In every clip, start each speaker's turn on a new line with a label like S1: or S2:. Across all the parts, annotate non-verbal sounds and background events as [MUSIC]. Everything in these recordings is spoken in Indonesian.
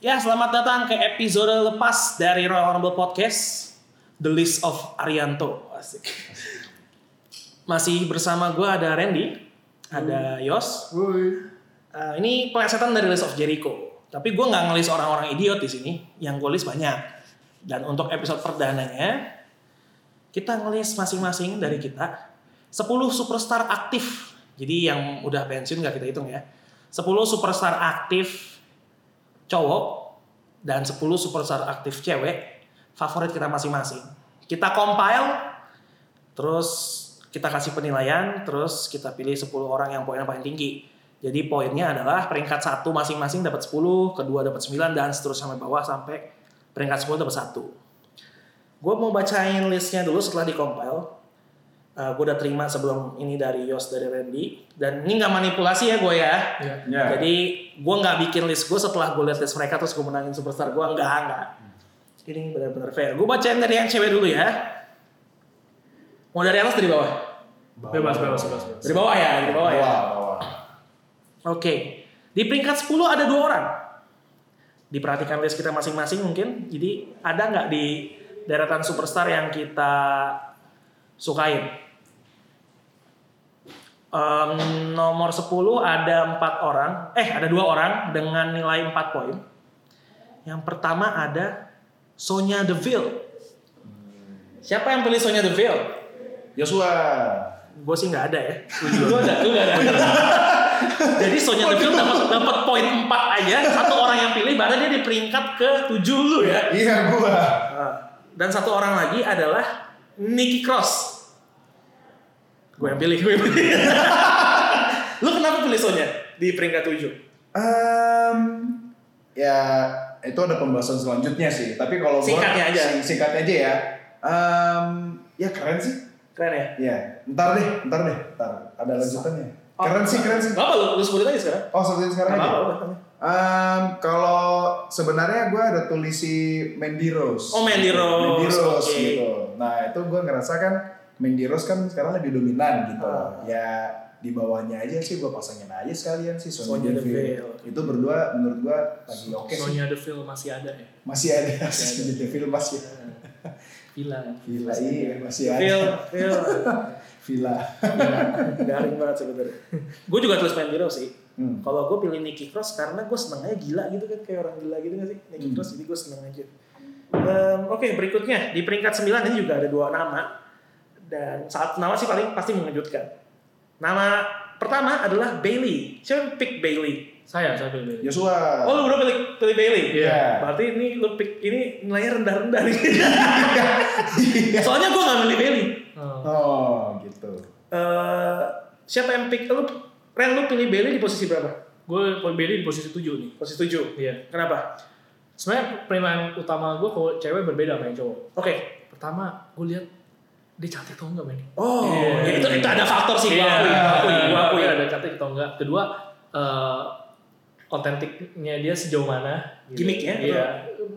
S1: Ya, selamat datang ke episode lepas dari Royal Rumble Podcast, The List of Arianto. Asik. Masih bersama gue ada Randy, ada Yos.
S2: Woi.
S1: Eh, ini pelesetan dari List of Jericho. Tapi gue nggak ngelis orang-orang idiot di sini, yang gue list banyak. Dan untuk episode perdananya, kita ngelis masing-masing dari kita 10 superstar aktif. Jadi yang udah pensiun nggak kita hitung ya. 10 superstar aktif cowok dan 10 superstar aktif cewek favorit kita masing-masing. Kita compile terus kita kasih penilaian, terus kita pilih 10 orang yang poinnya paling tinggi. Jadi poinnya adalah peringkat satu masing-masing dapat 10, kedua dapat 9 dan seterusnya sampai bawah sampai peringkat 10 dapat satu. Gue mau bacain listnya dulu setelah di compile. gue udah terima sebelum ini dari Yos dari Randy dan ini nggak manipulasi ya gue ya.
S2: Ya.
S3: Ya.
S1: Jadi gue nggak bikin list gue setelah gue liat list mereka terus gue menangin superstar gue nggak nggak. Ini benar-benar fair. Gue bacain dari yang cewek dulu ya. Mau dari atas dari bawah?
S2: Bebas, bebas, bebas. bebas.
S1: Dari bawah ya, dari bawah ya.
S3: Bawah,
S1: Oke.
S3: bawah.
S1: Di peringkat 10 ada dua orang. Diperhatikan list kita masing-masing mungkin. Jadi ada nggak di deretan superstar yang kita sukain? Em, nomor 10 ada empat orang, eh ada dua orang dengan nilai 4 poin. Yang pertama ada Sonya Deville. Siapa yang pilih Sonya Deville?
S3: Joshua.
S1: Gue sih nggak ada ya. Gue ada, gue nggak ada. Jadi Sonya Deville dapat dapat poin 4 aja, satu orang yang pilih, padahal dia di peringkat ke 7 lu ya.
S3: Iya gua.
S1: Ah. Dan satu orang lagi adalah Nikki Cross. Gue yang pilih, gue yang pilih. [LAUGHS] lu kenapa pilih Sonya di peringkat 7?
S3: Em, ya itu ada pembahasan selanjutnya sih. Tapi kalau gua
S1: Singkatnya aja.
S3: sing- singkatnya aja ya. Em, ya keren sih.
S1: Keren ya?
S3: Ya, ntar deh, ntar deh, ntar ada lanjutannya.
S1: Oh,
S3: Keren sih, keren sih.
S1: Gak apa lu, lu sebutin aja sekarang.
S3: Oh, sebutin sekarang
S1: Gak
S3: aja.
S1: apa-apa.
S3: Em, kalau sebenarnya gue ada tulisi Mandy Rose. Gitu.
S1: Oh, Mandy Rose,
S3: Mandy Rose
S1: oke.
S3: gitu. Nah itu gue ngerasa kan Mandy Rose kan sekarang lebih dominan gitu.
S1: Ah.
S3: Ya di bawahnya aja sih gue pasangin aja sekalian sih
S1: Sonya
S3: Sonya Deville.
S1: Deville.
S3: Itu berdua menurut gue lagi oke sih.
S1: Sonya Deville masih ada
S3: [LAUGHS]
S1: ya?
S3: Masih ada Sonya Deville masih.
S1: Gila.
S3: Villa iya masih
S1: Deville,
S3: ada.
S1: Deville.
S3: Villa.
S1: Garing Iya. banget sebenarnya. gue juga terus main hero sih.
S3: Hmm.
S1: Kalau gue pilih Nicky Cross karena gue senengnya gila gitu kan kayak orang gila gitu gak sih Nicky
S3: Hmm.
S1: Cross jadi gue seneng aja. Em, Oke berikutnya di peringkat 9 ini juga ada dua nama dan saat nama sih paling pasti mengejutkan. Nama pertama adalah Bailey. Siapa yang pick Bailey?
S2: Saya, saya pilih.
S3: Joshua.
S1: Oh lu udah pilih, pilih Bailey.
S3: Iya.
S1: [LAUGHS] Berarti ini lu pick ini nilainya rendah-rendah nih. [LAUGHS] Soalnya gue gak pilih Bailey.
S2: Oh.
S3: Oh gitu.
S1: Eh, siapa yang pick lu? Ren lu pilih Bailey di posisi berapa?
S2: Gue pilih di posisi 7 nih.
S1: Posisi 7.
S2: Iya.
S1: Kenapa?
S2: Sebenarnya penilaian utama gue kalau cewek berbeda sama yang cowok.
S1: Oke.
S2: Pertama, gue lihat dia cantik atau enggak men.
S1: Oh,
S2: Iya.
S1: ya itu itu ada faktor sih gua
S2: Iya,
S1: akui, gua akui, gua akui.
S2: Ada cantik atau enggak. Kedua, eh, otentiknya dia sejauh mana.
S1: Gimmicknya,
S2: Iya.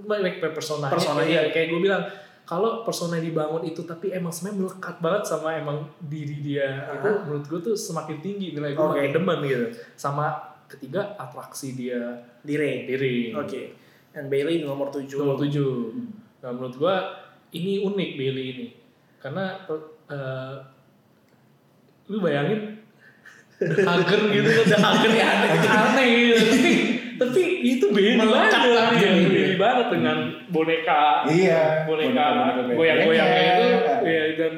S2: Baik baik personanya.
S1: Persona,
S2: Kayak-
S1: ya? iya.
S2: Kayak gue bilang, kalau persona dibangun itu tapi emang sebenarnya melekat banget sama emang diri dia itu
S1: Aha.
S2: menurut gue tuh semakin tinggi nilai gue
S1: Ah. Oke.
S2: makin demen gitu sama ketiga atraksi dia
S1: Di ring.
S2: diri
S1: Oke. And Bailey di nomor 7.
S2: nomor tujuh nah menurut gua ini unik Bailey ini karena eh, lu bayangin hager
S1: [LAUGHS]
S2: gitu udah hager ya aneh aneh gitu tapi tapi itu Bailey
S1: Melekat
S2: banget
S1: banget
S2: ya
S1: gitu.
S2: Bailey banget dengan boneka
S3: Iya.
S2: boneka
S3: Boneka-boneka
S2: goyang-goyangnya itu
S3: goyangnya.
S2: ya dan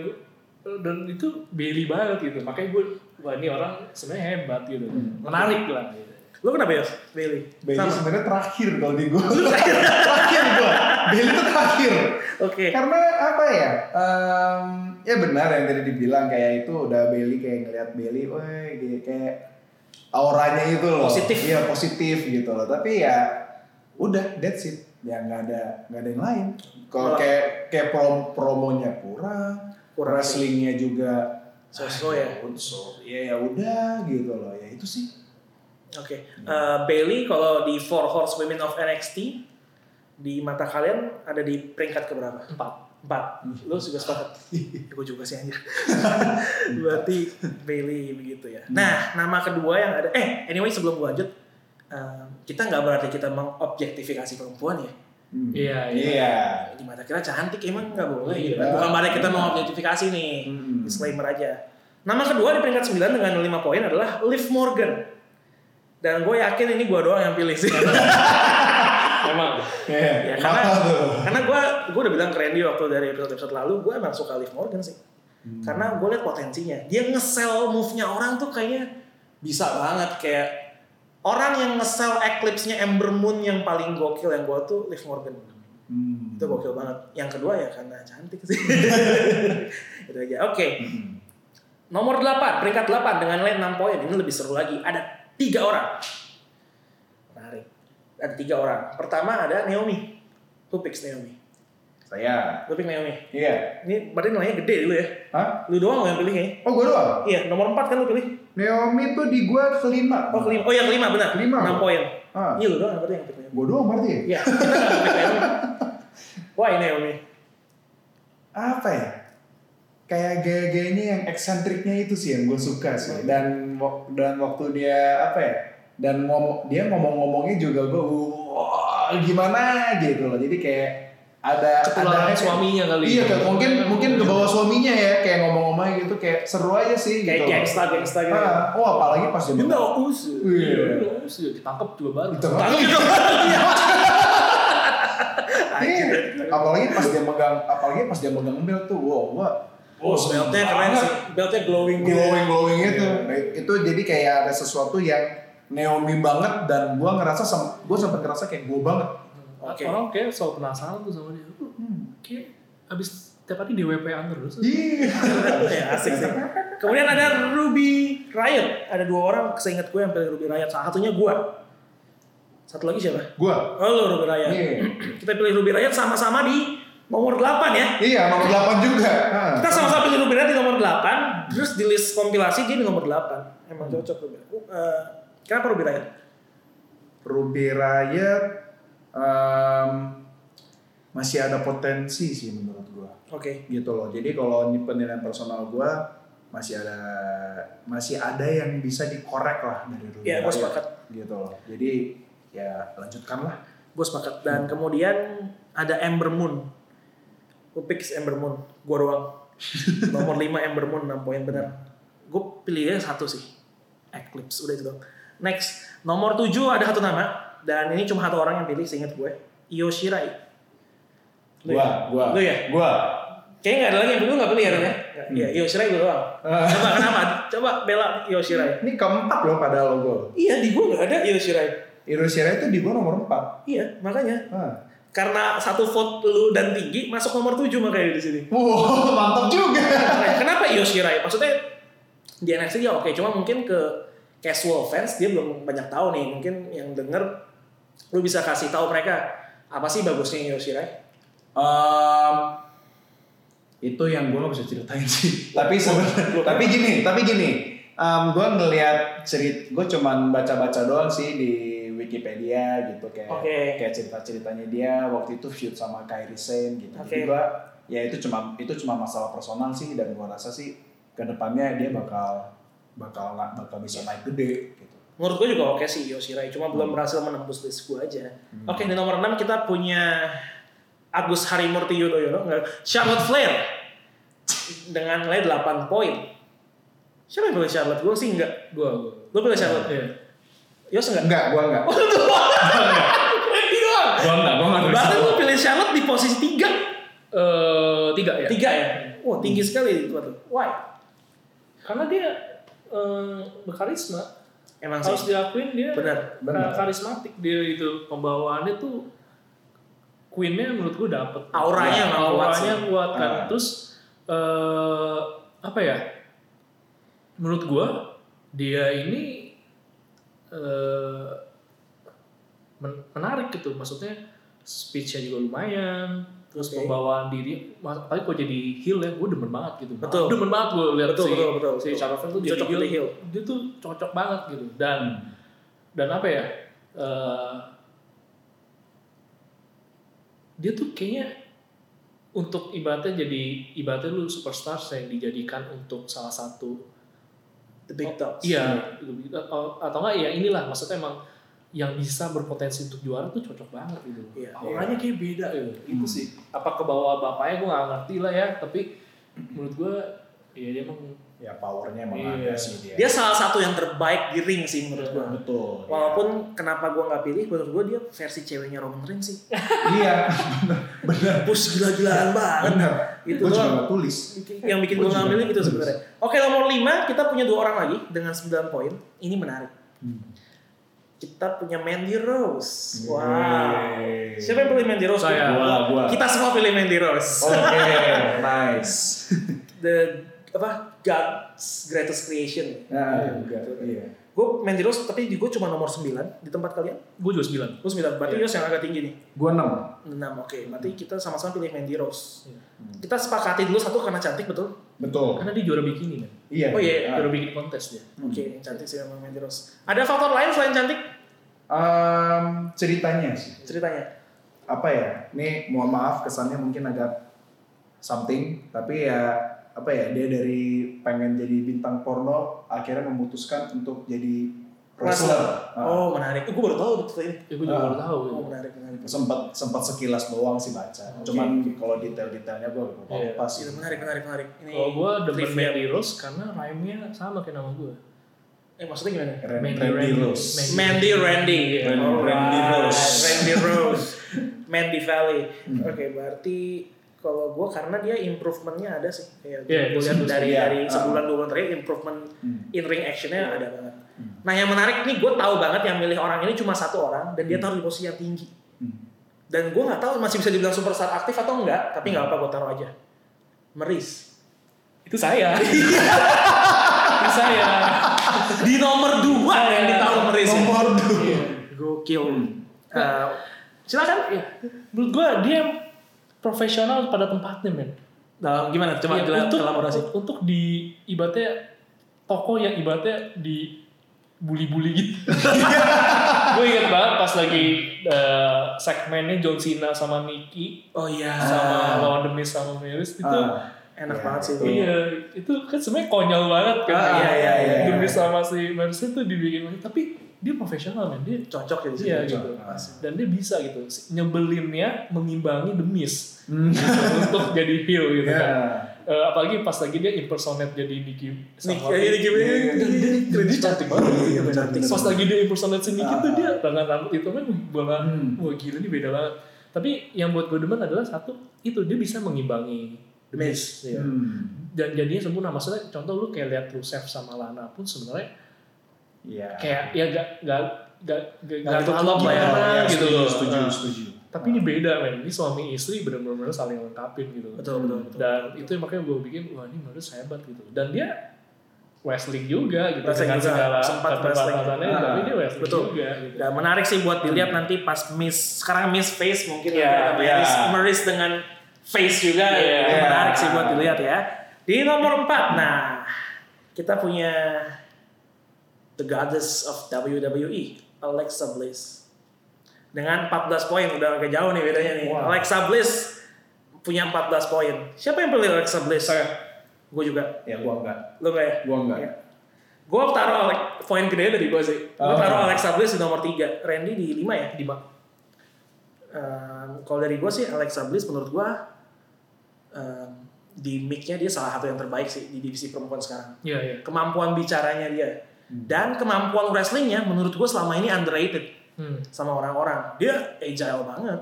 S2: dan itu Bailey banget gitu makanya gue wah ini orang sebenarnya hebat gitu
S3: Hmm.
S2: menarik lah gitu.
S1: Lu kenapa ya? Bailey.
S3: Bailey
S1: Sama. Oke.
S3: sebenarnya terakhir kalau di gue terakhir gue Bailey itu terakhir karena apa ya em, ya benar yang tadi dibilang kayak itu udah Bailey kayak ngeliat Bailey woi kayak, kayak auranya itu loh
S1: Positif.
S3: iya positif gitu loh tapi ya udah that's it ya nggak ada nggak ada yang lain kalau
S1: Malah-
S3: kayak kayak prom- promonya kurang
S1: Kurang.
S3: wrestlingnya juga "Ah,
S1: So-so ya.
S3: so, ya ya udah gitu loh ya itu sih
S1: Oke. Eh, Bailey kalau di Four Horse Women of NXT di mata kalian ada di peringkat ke berapa?
S2: empat
S1: Empat. Lu juga sepakat. Gue juga sih anjir. [LAUGHS] Berarti Bailey begitu ya. Nah, nama kedua yang ada eh anyway sebelum gue lanjut eh, kita nggak berarti kita mengobjektifikasi perempuan ya.
S3: Hmm.
S2: Iya, iya.
S3: Iya.
S1: Di mata kita cantik emang nggak boleh. gitu.
S3: Iya.
S1: Bukan berarti kita mengobjektifikasi nih.
S3: Hmm.
S1: Disclaimer aja. Nama kedua di peringkat 9 dengan 5 poin adalah Liv Morgan. Dan gue yakin ini gue doang yang pilih sih.
S2: Emang.
S3: Iya.
S1: Ya,
S3: Kenapa
S1: karena-
S3: tuh?
S1: Karena gue gue udah bilang ke Randy waktu dari episode-episode lalu, gue emang suka Liv Morgan sih.
S3: Hmm.
S1: Karena gue liat potensinya. Dia nge-sell move-nya orang tuh kayaknya bisa banget. Kayak orang yang nge-sell Eclipse-nya Ember Moon yang paling gokil yang gue tuh Liv Morgan.
S3: Hmm.
S1: Itu gokil banget. Yang kedua ya karena cantik sih. Itu aja. Oke.
S3: Hmm.
S1: Nomor 8, peringkat 8 dengan nilai 6 poin. Ini lebih seru lagi. Ada tiga orang. Menarik. Ada tiga orang. Pertama ada Naomi. Who picks Naomi?
S3: Saya.
S1: Lu pick Naomi.
S3: Iya.
S1: Ini berarti nilainya gede dulu ya.
S3: Hah?
S1: Lu doang yang pilih kayaknya.
S3: Oh gue doang.
S1: Iya, nomor 4 kan lu pilih.
S3: Naomi tuh di gua kelima.
S1: Oh, kelima. Oh, yang kelima benar.
S3: Kelima.
S1: 6 poin.
S3: Ah.
S1: Iya, lu doang berarti yang pilih Naomi.
S3: Gue doang berarti. ya?
S1: Iya, [LAUGHS] kita nggak pilih Naomi. Why Naomi?
S3: apa ya kayak gaya-gayanya yang eksentriknya itu sih yang gue suka sih
S1: Hmm.
S3: dan wak- dan waktu dia apa ya dan ngomong dia ngomong-ngomongnya juga gue wah gimana gitu loh jadi kayak ada
S2: Ketularan
S3: ada
S2: suaminya kali.
S1: gitu.
S3: iya kayak mungkin mungkin ke bawah suaminya ya kayak ngomong-ngomongnya gitu kayak seru aja sih
S1: Kayak
S3: gitu
S1: gangsta, gangsta gitu.
S3: Ah, oh apalagi pas dia
S2: Dia nggak usul.
S3: Iya.
S2: Dia nggak usul. Ditangkep juga baru.
S3: Gitu.
S1: Tahu gitu.
S3: Iya. apalagi pas dia megang apalagi pas dia megang bel tuh wow gua
S1: Oh, beltnya keren sih. Beltnya glowing gitu.
S3: glowing glowing itu Iya. Nah, itu jadi kayak ada sesuatu yang Naomi banget dan gua ngerasa sem- gua sempat ngerasa kayak gua banget
S1: Oke.
S2: Orang kayak selalu penasaran tuh sama dia. Lu Kayak abis tiap hari di WP-an terus.
S3: Iya.
S1: ya, asik sih. Kemudian ada Ruby Riot. Ada dua orang seingat gue yang pilih Ruby Riot. Salah satunya gue. Satu lagi siapa?
S3: gua
S1: Oh, lu Ruby Riot.
S3: iya
S1: Kita pilih Ruby Riot sama-sama di nomor 8 ya.
S3: iya nomor 8 juga Ah.
S1: Kita sama-sama pilih Ruben Ra di nomor 8, terus di list kompilasi dia di nomor 8. Emang cocok Ruben. Eh, kenapa Ruben Ra?
S3: Ruby Riot em, masih ada potensi sih menurut gua
S1: Oke.
S3: gitu loh jadi kalau ini penilaian personal gua masih ada masih ada yang bisa dikorek lah dari Ruby
S1: Iya, gua
S3: Riot.
S1: sepakat.
S3: gitu loh jadi ya lanjutkanlah
S1: Gue sepakat. Dan kemudian ada Ember Moon. Gue pick Ember Moon. Gue [LAUGHS] doang. nomor 5 Ember Moon 6 poin benar. Gue pilihnya satu sih. Eclipse udah itu doang. Next, nomor 7 ada satu nama dan ini cuma satu orang yang pilih seingat gue. Yoshirai. Lu ya?
S3: gua
S1: Lu ya?
S3: gua
S1: Kayaknya nggak ada lagi yang pilih, lu nggak pilih ya? Ren, ya? Iya, Yoshirai gue doang.
S3: Ah.
S1: Coba kenapa? Coba bela Yoshirai.
S3: ini keempat loh pada logo
S1: Iya, di gue nggak ada Yoshirai.
S3: Hiroshira itu di gua nomor empat
S1: Iya, makanya.
S3: ah.
S1: Karena satu vote lu dan tinggi, masuk nomor 7 makanya di sini.
S3: wow mantap juga
S1: Makanya, Kenapa Yoshirai? Maksudnya, di NXT dia oke, cuma mungkin ke casual fans dia belum banyak tahu nih. Mungkin yang denger, lu bisa kasih tahu mereka, apa sih bagusnya Yoshirai?
S3: Ehm, itu yang gua gak bisa ceritain sih tapi sebenarnya tapi gini tapi gini Em gua ngelihat cerit gua cuman baca-baca doang sih di Wikipedia gitu kayak
S1: Oke.
S3: kayak cerita-ceritanya dia waktu itu feud sama Kairi Sane gitu
S1: Oke.
S3: jadi gua ya itu cuma itu cuma masalah personal sih dan gua rasa sih kedepannya dia bakal bakal bakal bisa naik gede gitu
S1: Menurut gue juga oke sih Yoshirai, cuma belum berhasil menembus list gue aja.
S3: Hmm.
S1: Oke, di nomor 6 kita punya Agus Harimurti Yudhoyono, enggak, Charlotte Flair dengan nilai 8 poin. Siapa yang pilih Charlotte? Gue sih enggak.
S2: Gue, gue.
S1: Lo pilih Charlotte?
S2: Iya.
S1: Yos enggak?
S3: Enggak, gua enggak.
S1: Oh, itu doang. Randy doang.
S2: Gue enggak, gue enggak
S1: Bahkan lo pilih Charlotte di posisi 3.
S2: Eh, tiga ya?
S1: 3 ya? Wah, tinggi sekali itu. tuh. Why?
S2: Karena dia eh, berkarisma.
S1: Emang
S2: Harus
S1: sih.
S2: diakuin dia
S1: Benar,
S3: benar.
S2: ka- karismatik dia itu. Pembawaannya tuh Queennya menurut gue dapet. Iya,
S1: Auranya emang kuat
S2: auranya
S1: sih.
S2: kuat kan.
S3: Ah.
S2: Terus eh apa ya? Menurut gue dia ini eh men- menarik gitu. Maksudnya speech-nya juga lumayan. Terus
S1: Oke.
S2: pembawaan diri, apalagi kok jadi heel ya, gue demen banget gitu.
S1: Betul.
S2: Demen banget gue lihat
S1: Betul,
S2: si,
S1: betul, betul,
S2: si
S1: betul.
S2: Charlotte Flair tuh jadi
S1: Cocok
S2: heel,
S1: jadi heel.
S2: Dia tuh cocok banget gitu. Dan dan apa ya? eh, dia tuh kayaknya untuk ibaratnya jadi ibaratnya lu superstar yang dijadikan untuk salah satu gitu.
S1: The Big Dogs.
S2: Oh, iya atau atau enggak ya inilah maksudnya emang yang bisa berpotensi untuk juara tuh cocok banget gitu.
S1: Iya.
S2: Auranya kayak beda gitu. Itu sih. Apa ke bawah bapaknya gue nggak ngerti lah ya, tapi menurut gue ya dia emang
S3: ya powernya emang ada
S2: Iya.
S3: sih dia.
S1: Dia salah satu yang terbaik di ring sih menurut gua.
S3: Iya. betul.
S1: Nah. Walaupun kenapa gua nggak pilih, menurut gua dia versi ceweknya Roman Reigns sih.
S3: iya, [LAUGHS] benar,
S1: Push gila-gilaan banget.
S3: benar.
S1: Itu
S3: Gue
S1: doang.
S3: juga nggak tulis.
S1: yang bikin gue ngambilnya gitu sebenarnya. Oke nomor 5 kita punya dua orang lagi dengan 9 poin. Ini menarik.
S3: Hmm.
S1: Kita punya Mandy Rose. Wow. Siapa yang pilih Mandy Rose?
S2: Saya.
S3: Gua, gua. Oh.
S1: Kita semua pilih Mandy Rose.
S3: Oke,
S1: [LAUGHS]
S3: nice.
S1: The apa God's greatest creation.
S3: Nah, juga. Iya.
S1: Gue Mandy Rose tapi gue cuma nomor 9 di tempat kalian.
S2: gue juga sembilan.
S1: Gue 9.
S3: Iya.
S1: Berarti Yos yang agak tinggi nih.
S3: Gue enam.
S1: 6 oke. Berarti
S3: Hmm.
S1: kita sama-sama pilih Mandy Rose.
S2: Iya.
S1: Kita sepakati dulu satu karena cantik betul.
S3: Betul.
S2: Karena dia juara bikini kan,
S3: Iya.
S1: Oh, iya.
S2: juara bikini kontes dia.
S3: Hmm.
S1: Oke, cantik sih memang Mandy Rose. Ada faktor lain selain cantik?
S3: Em, ceritanya sih.
S1: Ceritanya.
S3: Apa ya? Ini mohon maaf kesannya mungkin agak something, tapi ya apa ya dia dari pengen jadi bintang porno akhirnya memutuskan untuk jadi wrestler. Ah,
S1: Oh menarik. Gue baru tahu betul ini.
S2: Ya gue juga
S3: Ah.
S2: baru tahu. gitu.
S1: Oh menarik menarik.
S3: sempat sempat sekilas doang sih baca.
S1: Oke.
S3: Cuman kalau detail-detailnya gue lupa
S2: Iya.
S3: lupa sih.
S1: Iya, menarik menarik menarik. Ini
S2: Kalau gue demen
S1: trivia.
S2: Mandy Rose karena rhyme-nya sama kayak nama gue.
S1: Eh maksudnya gimana?
S3: Keren,
S2: Mandy
S3: Randy
S2: Randy.
S3: Rose.
S1: Mandy Randy.
S3: Randy-
S1: Alright.
S3: Randy Rose. [LAUGHS]
S1: Randy Rose. Mandy Valley.
S3: Hmm.
S1: Oke berarti kalau gue karena dia improvementnya ada sih kayak
S2: Iya,
S1: gue lihat
S3: iya.
S1: dari
S3: Iya.
S1: dari
S3: Ah.
S1: sebulan dua bulan terakhir improvement
S3: Hmm.
S1: in ring actionnya ada banget.
S3: Hmm.
S1: Nah yang menarik nih gue tahu banget yang milih orang ini cuma satu orang dan dia taruh di posisi yang tinggi
S3: Hmm.
S1: dan gue nggak tahu masih bisa dibilang superstar aktif atau enggak tapi
S3: Hmm.
S1: nggak apa gue taruh aja. Meris.
S2: Itu saya. Itu saya.
S1: [LAUGHS] di nomor dua yang ditaruh Meris ya.
S3: Nomor dua.
S1: gokil Eh, silakan
S2: Ya, Menurut gue dia profesional pada tempatnya men.
S1: Nah, gimana coba
S2: Ya,
S1: jelas
S2: untuk,
S1: elaborasi
S2: Untuk di ibaratnya toko yang ibaratnya di bully-bully gitu. gue inget banget pas lagi eh, segmennya John Cena sama Nicky
S1: oh iya
S2: sama lawan The Miz sama Miris itu
S3: Ah,
S1: enak
S3: Iya.
S1: banget sih itu.
S2: Iya, itu kan sebenarnya konyol banget kan.
S1: Ah, iya, iya,
S3: iya, iya.
S2: Demi sama si Mercy tuh dibikin begitu, tapi dia profesional men, dia
S1: cocok ya di sini
S2: iya gitu.
S3: Asik.
S2: Dan dia bisa gitu, nyebelinnya mengimbangi demis
S3: Hmm.
S2: [LAUGHS] untuk jadi heel gitu
S1: Iya.
S3: Ya.
S2: kan. Eh, apalagi pas lagi dia impersonate jadi Nicky
S1: Nih,
S2: sama
S1: ini gimana?
S3: Iya,
S2: dan dia, dan dia cantik banget gitu
S3: Iya,
S2: men.
S3: cantik.
S2: Pas lagi dia impersonate si Nicky
S3: Ah.
S2: tuh dia tangan rambut itu kan bola,
S3: Hmm.
S2: wah gila ini beda banget. Tapi yang buat gue demen adalah satu, itu dia bisa mengimbangi demis. Iya
S3: Hmm.
S2: dan jadinya sempurna maksudnya contoh lu kayak lihat Rusev sama Lana pun sebenarnya
S3: Iya.
S2: kayak ya gak gak gak gak,
S1: Nggak
S2: gak
S1: gitu
S2: terlalu
S1: klop lah ya,
S2: gimana
S1: ya,
S2: gitu loh
S3: iya, Setuju,
S2: Nah,
S3: setuju.
S2: tapi ini beda men ini suami istri benar-benar saling lengkapin gitu
S1: betul betul betul
S2: dan itu yang makanya gue bikin wah ini menurut saya hebat gitu dan dia wrestling juga gitu
S1: Wrestling
S2: dengan
S1: juga,
S2: segala
S1: sempat Ah,
S2: keterbatasannya
S3: wrestling.
S2: tapi dia wrestling
S1: Betul.
S2: juga gitu
S1: Dan Nah, menarik sih buat dilihat nanti pas Miss sekarang Miss Face mungkin
S2: Hmm. Iya,
S1: ada
S3: iya.
S1: Meris, Meris dengan Face juga
S2: Iya. Hmm.
S1: Itu menarik sih buat dilihat ya di nomor 4 nah kita punya the goddess of WWE Alexa Bliss dengan 14 poin udah agak jauh nih bedanya nih
S3: Wah.
S1: Alexa Bliss punya 14 poin siapa yang pilih Alexa Bliss gue juga
S3: Ya gua enggak.
S1: lo gak ya
S3: Gua enggak.
S1: Iya. Gue taruh Alex, poin gede dari gue sih. Gue
S3: Oh.
S1: taruh Alexa Bliss di nomor 3, Randy di 5 ya.
S2: di mak
S1: Ehm, Kalau dari gue sih Alexa Bliss menurut gue ehm, di mic-nya dia salah satu yang terbaik sih di divisi perempuan sekarang.
S2: iya iya
S1: Kemampuan bicaranya dia dan kemampuan wrestlingnya menurut gue selama ini underrated
S2: hmm.
S1: sama orang-orang. Dia agile banget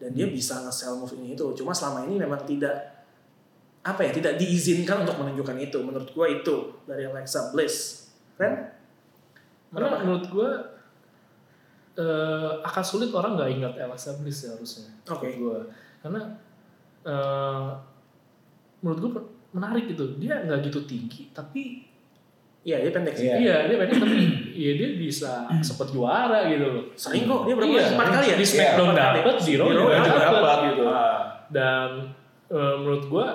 S1: dan
S2: Hmm.
S1: dia bisa nge-sell move ini itu. Cuma selama ini memang tidak apa ya tidak diizinkan untuk menunjukkan itu. Menurut gue itu dari Alexa Bliss. Ren?
S2: Karena
S1: Kenapa?
S2: menurut gue eh, akan sulit orang nggak ingat Alexa Bliss ya harusnya.
S1: Oke.
S2: Menurut Gua. Karena eh, menurut gue menarik gitu. Dia nggak gitu tinggi tapi
S1: Iya dia pendek sih.
S3: Iya.
S2: iya dia pendek tapi iya dia bisa sempet juara gitu loh.
S1: Sering kok dia berapa
S2: Iya,
S1: kali? Empat kali ya?
S2: Di Smackdown
S1: Iya, empat kali.
S2: dapet, di
S1: Di
S2: Raw
S1: Raw
S2: juga
S1: juga
S2: dapet
S3: Dapat
S2: gitu.
S3: gitu. Ah.
S2: Dan eh, menurut gue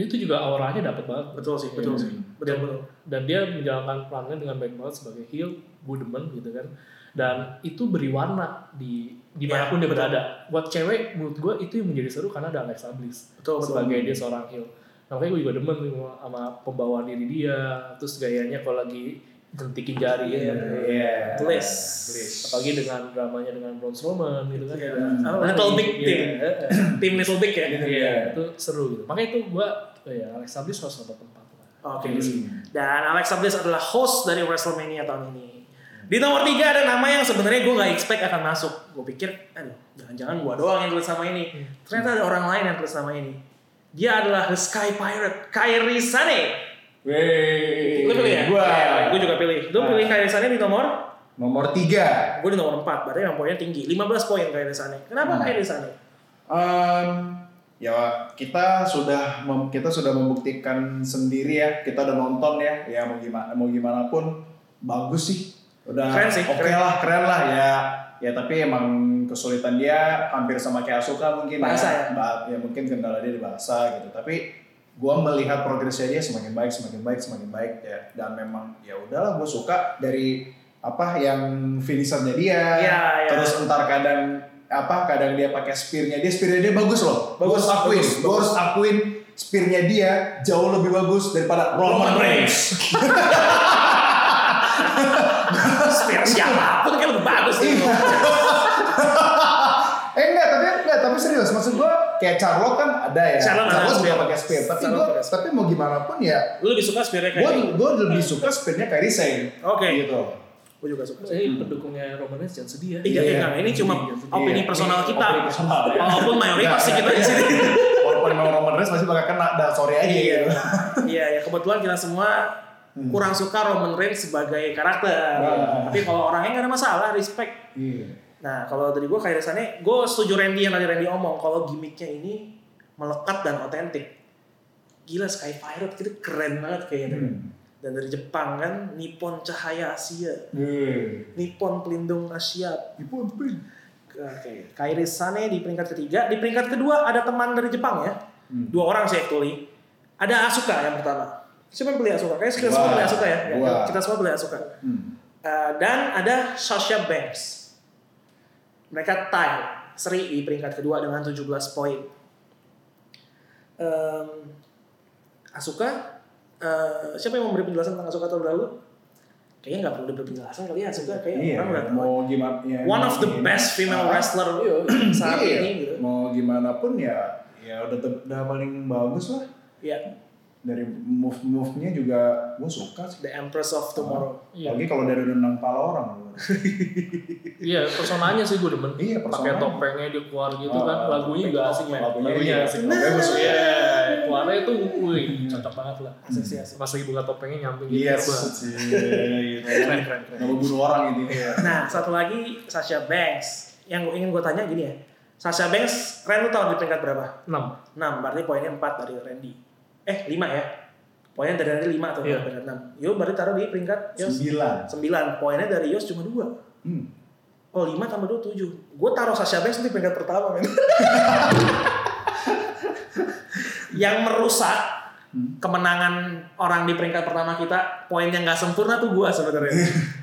S2: dia tuh juga auranya dapet banget.
S1: Betul sih, betul
S3: Iya.
S1: sih. Betul
S2: dan,
S1: betul.
S2: dan dia menjalankan perannya dengan baik banget sebagai heel gue demen gitu kan dan itu beri warna di dimanapun
S1: Iya,
S2: dia
S1: betul.
S2: berada buat cewek menurut gue itu yang menjadi seru karena ada Alexa Bliss
S1: Betul betul.
S2: sebagai dia seorang heel Nah, makanya gue juga demen nih sama- sama pembawaan diri dia terus gayanya kalau lagi gentikin jari ya.
S3: Iya.
S1: Bliss.
S3: Bliss.
S2: Apalagi dengan dramanya dengan Braun Strowman gitu kan.
S1: Iya.
S2: Apa
S1: Little
S2: lagi?
S1: Big Team.
S2: Iya, iya.
S1: Tim Little Big ya.
S3: Gitu,
S2: Iya,
S3: iya.
S2: itu seru gitu. Makanya itu gua oh ya Alexa Bliss harus dapat tempat. lah.
S1: Oke.
S3: Hmm.
S1: Dan Alexa Bliss adalah host dari WrestleMania tahun ini. Di nomor tiga ada nama yang sebenarnya gue nggak expect akan masuk. Gue pikir, aduh, jangan-jangan gue doang yang tulis nama ini.
S3: Hmm.
S1: Ternyata ada orang lain yang tulis nama ini. Dia adalah The Sky Pirate, Kairi Sane.
S3: Wih.
S1: Lu pilih ya?
S3: Gua.
S1: Gue juga pilih. Lu pilih Kairi Sane di nomor?
S3: Nomor tiga.
S1: Gue di nomor 4, berarti yang poinnya tinggi. 15 poin Kairi Sane. Kenapa
S3: Hmm.
S1: Kairi Sane?
S3: Em, ya kita sudah mem- kita sudah membuktikan sendiri ya. Kita udah nonton ya. Ya mau gimana mau gimana pun bagus sih. Udah
S1: Keren sih,
S3: Oke
S1: keren.
S3: lah, keren lah ya. Ya tapi emang kesulitan dia hampir sama kayak Asuka mungkin
S1: Bahasa ya?
S3: Ba- ya mungkin kendala dia di bahasa gitu. Tapi gua melihat progresnya dia semakin baik, semakin baik, semakin baik ya. Dan memang ya udahlah gue suka dari apa yang finishernya dia.
S1: Iya, iya.
S3: Terus ntar kadang apa kadang dia pakai spearnya dia spearnya dia bagus loh bagus akuin
S1: bagus,
S3: Gua harus akuin spearnya dia jauh lebih bagus daripada Roman Reigns [LAUGHS]
S1: Spear siapapun kan lebih bagus sih.
S3: Iya. eh enggak tapi enggak tapi serius maksud gua kayak Charlotte kan ada ya
S1: Charlotte ada
S3: juga
S1: spear.
S3: pakai spear tapi
S1: Charlotte
S3: gua
S1: pakai
S3: tapi mau gimana pun ya
S1: Lu lebih suka Spearnya
S3: gua
S1: Kairi?
S3: gua lebih suka spearnya Kairi Sane
S1: Oke.
S3: gitu
S1: Gue juga suka.
S2: Eh pendukungnya Roman Reigns jangan sedih ya.
S1: Iya, iya,
S3: Iya.
S1: ini cuma
S2: Iya.
S1: opini
S3: Iya.
S1: personal
S3: Ini
S1: kita.
S3: opini personal, ya.
S1: Walaupun mayoritas sih kita di sini.
S3: walaupun memang Roman Reigns masih bakal kena dah sorry aja
S1: Iya,
S3: gitu
S1: iya, ya kebetulan kita semua
S3: Hmm.
S1: kurang suka Roman Reigns sebagai karakter.
S3: Nah.
S1: Tapi kalau orangnya nggak ada masalah, respect.
S3: Iya.
S1: Nah, kalau dari gue kayak rasanya, gue setuju Randy yang tadi Randy omong. Kalau gimmicknya ini melekat dan otentik. Gila Sky Pirate itu keren banget kayaknya.
S3: Hmm.
S1: Dan dari Jepang kan, Nippon Cahaya Asia,
S3: Iya.
S1: Nippon Pelindung Asia,
S3: Ibu Ibu.
S1: Oke, Kairi Sane di peringkat ketiga. Di peringkat kedua ada teman dari Jepang ya.
S3: Hmm.
S1: Dua orang sih actually. Ada Asuka yang pertama. Siapa yang beli Asuka? Kayaknya kita
S3: Gua.
S1: semua beli Asuka ya. Ya,
S3: Gua.
S1: Kita semua beli Asuka.
S3: Hmm.
S1: Eh, dan ada Sasha Banks. Mereka tie seri di peringkat kedua dengan 17 poin. Em, Asuka, eh, siapa yang mau memberi penjelasan tentang Asuka atau lalu? Kayaknya nggak perlu diberi penjelasan kali ya Asuka. Kayaknya
S3: Iya,
S1: orang udah tahu.
S3: mau gimana ya,
S1: One of the
S3: ini.
S1: best female
S3: Ah,
S1: wrestler
S2: Iya.
S1: [CLEARS THROAT] saat
S3: iya.
S1: ini gitu.
S3: Mau gimana pun ya ya udah te- udah paling bagus lah
S1: Ya,
S3: dari move move-nya juga gue suka sih.
S1: The Empress of Tomorrow.
S2: Iya.
S3: Lagi kalau dari renang kepala orang.
S2: Iya, personanya sih gue demen.
S3: Iya,
S2: Pakai
S3: personanya.
S2: topengnya dia keluar gitu kan.
S3: Ah,
S2: Lagunya juga asik men.
S3: Lagunya iya,
S1: Nah.
S3: asik. Lagunya bagus.
S2: Iya, keluarnya itu wih, cocok banget lah.
S1: Asik sih asik.
S2: Pas lagi buka topengnya nyamping
S3: Iya,
S2: gitu. Wah,
S3: sih. Iya,
S2: Keren, keren, keren.
S3: Nggak mau bunuh orang gitu. Iya.
S1: Nah, satu lagi Sasha Banks. Yang gua- ingin gue tanya gini ya. Sasha Banks, Ren lu tahu di peringkat berapa?
S2: Enam.
S1: 6, berarti poinnya 4 dari Randy. Eh, 5 ya. Poinnya dari Randy 5 tuh,
S2: Iya.
S1: peringkat 6. Yo, berarti taruh di peringkat Yos.
S3: Sembilan.
S1: 9. Poinnya dari Yos cuma 2.
S3: Hmm.
S1: Oh, 5 tambah 2, 7. Gue taruh Sasha Banks di peringkat pertama, men. yang merusak
S3: Hmm.
S1: kemenangan orang di peringkat pertama kita poin yang nggak sempurna tuh gua sebenarnya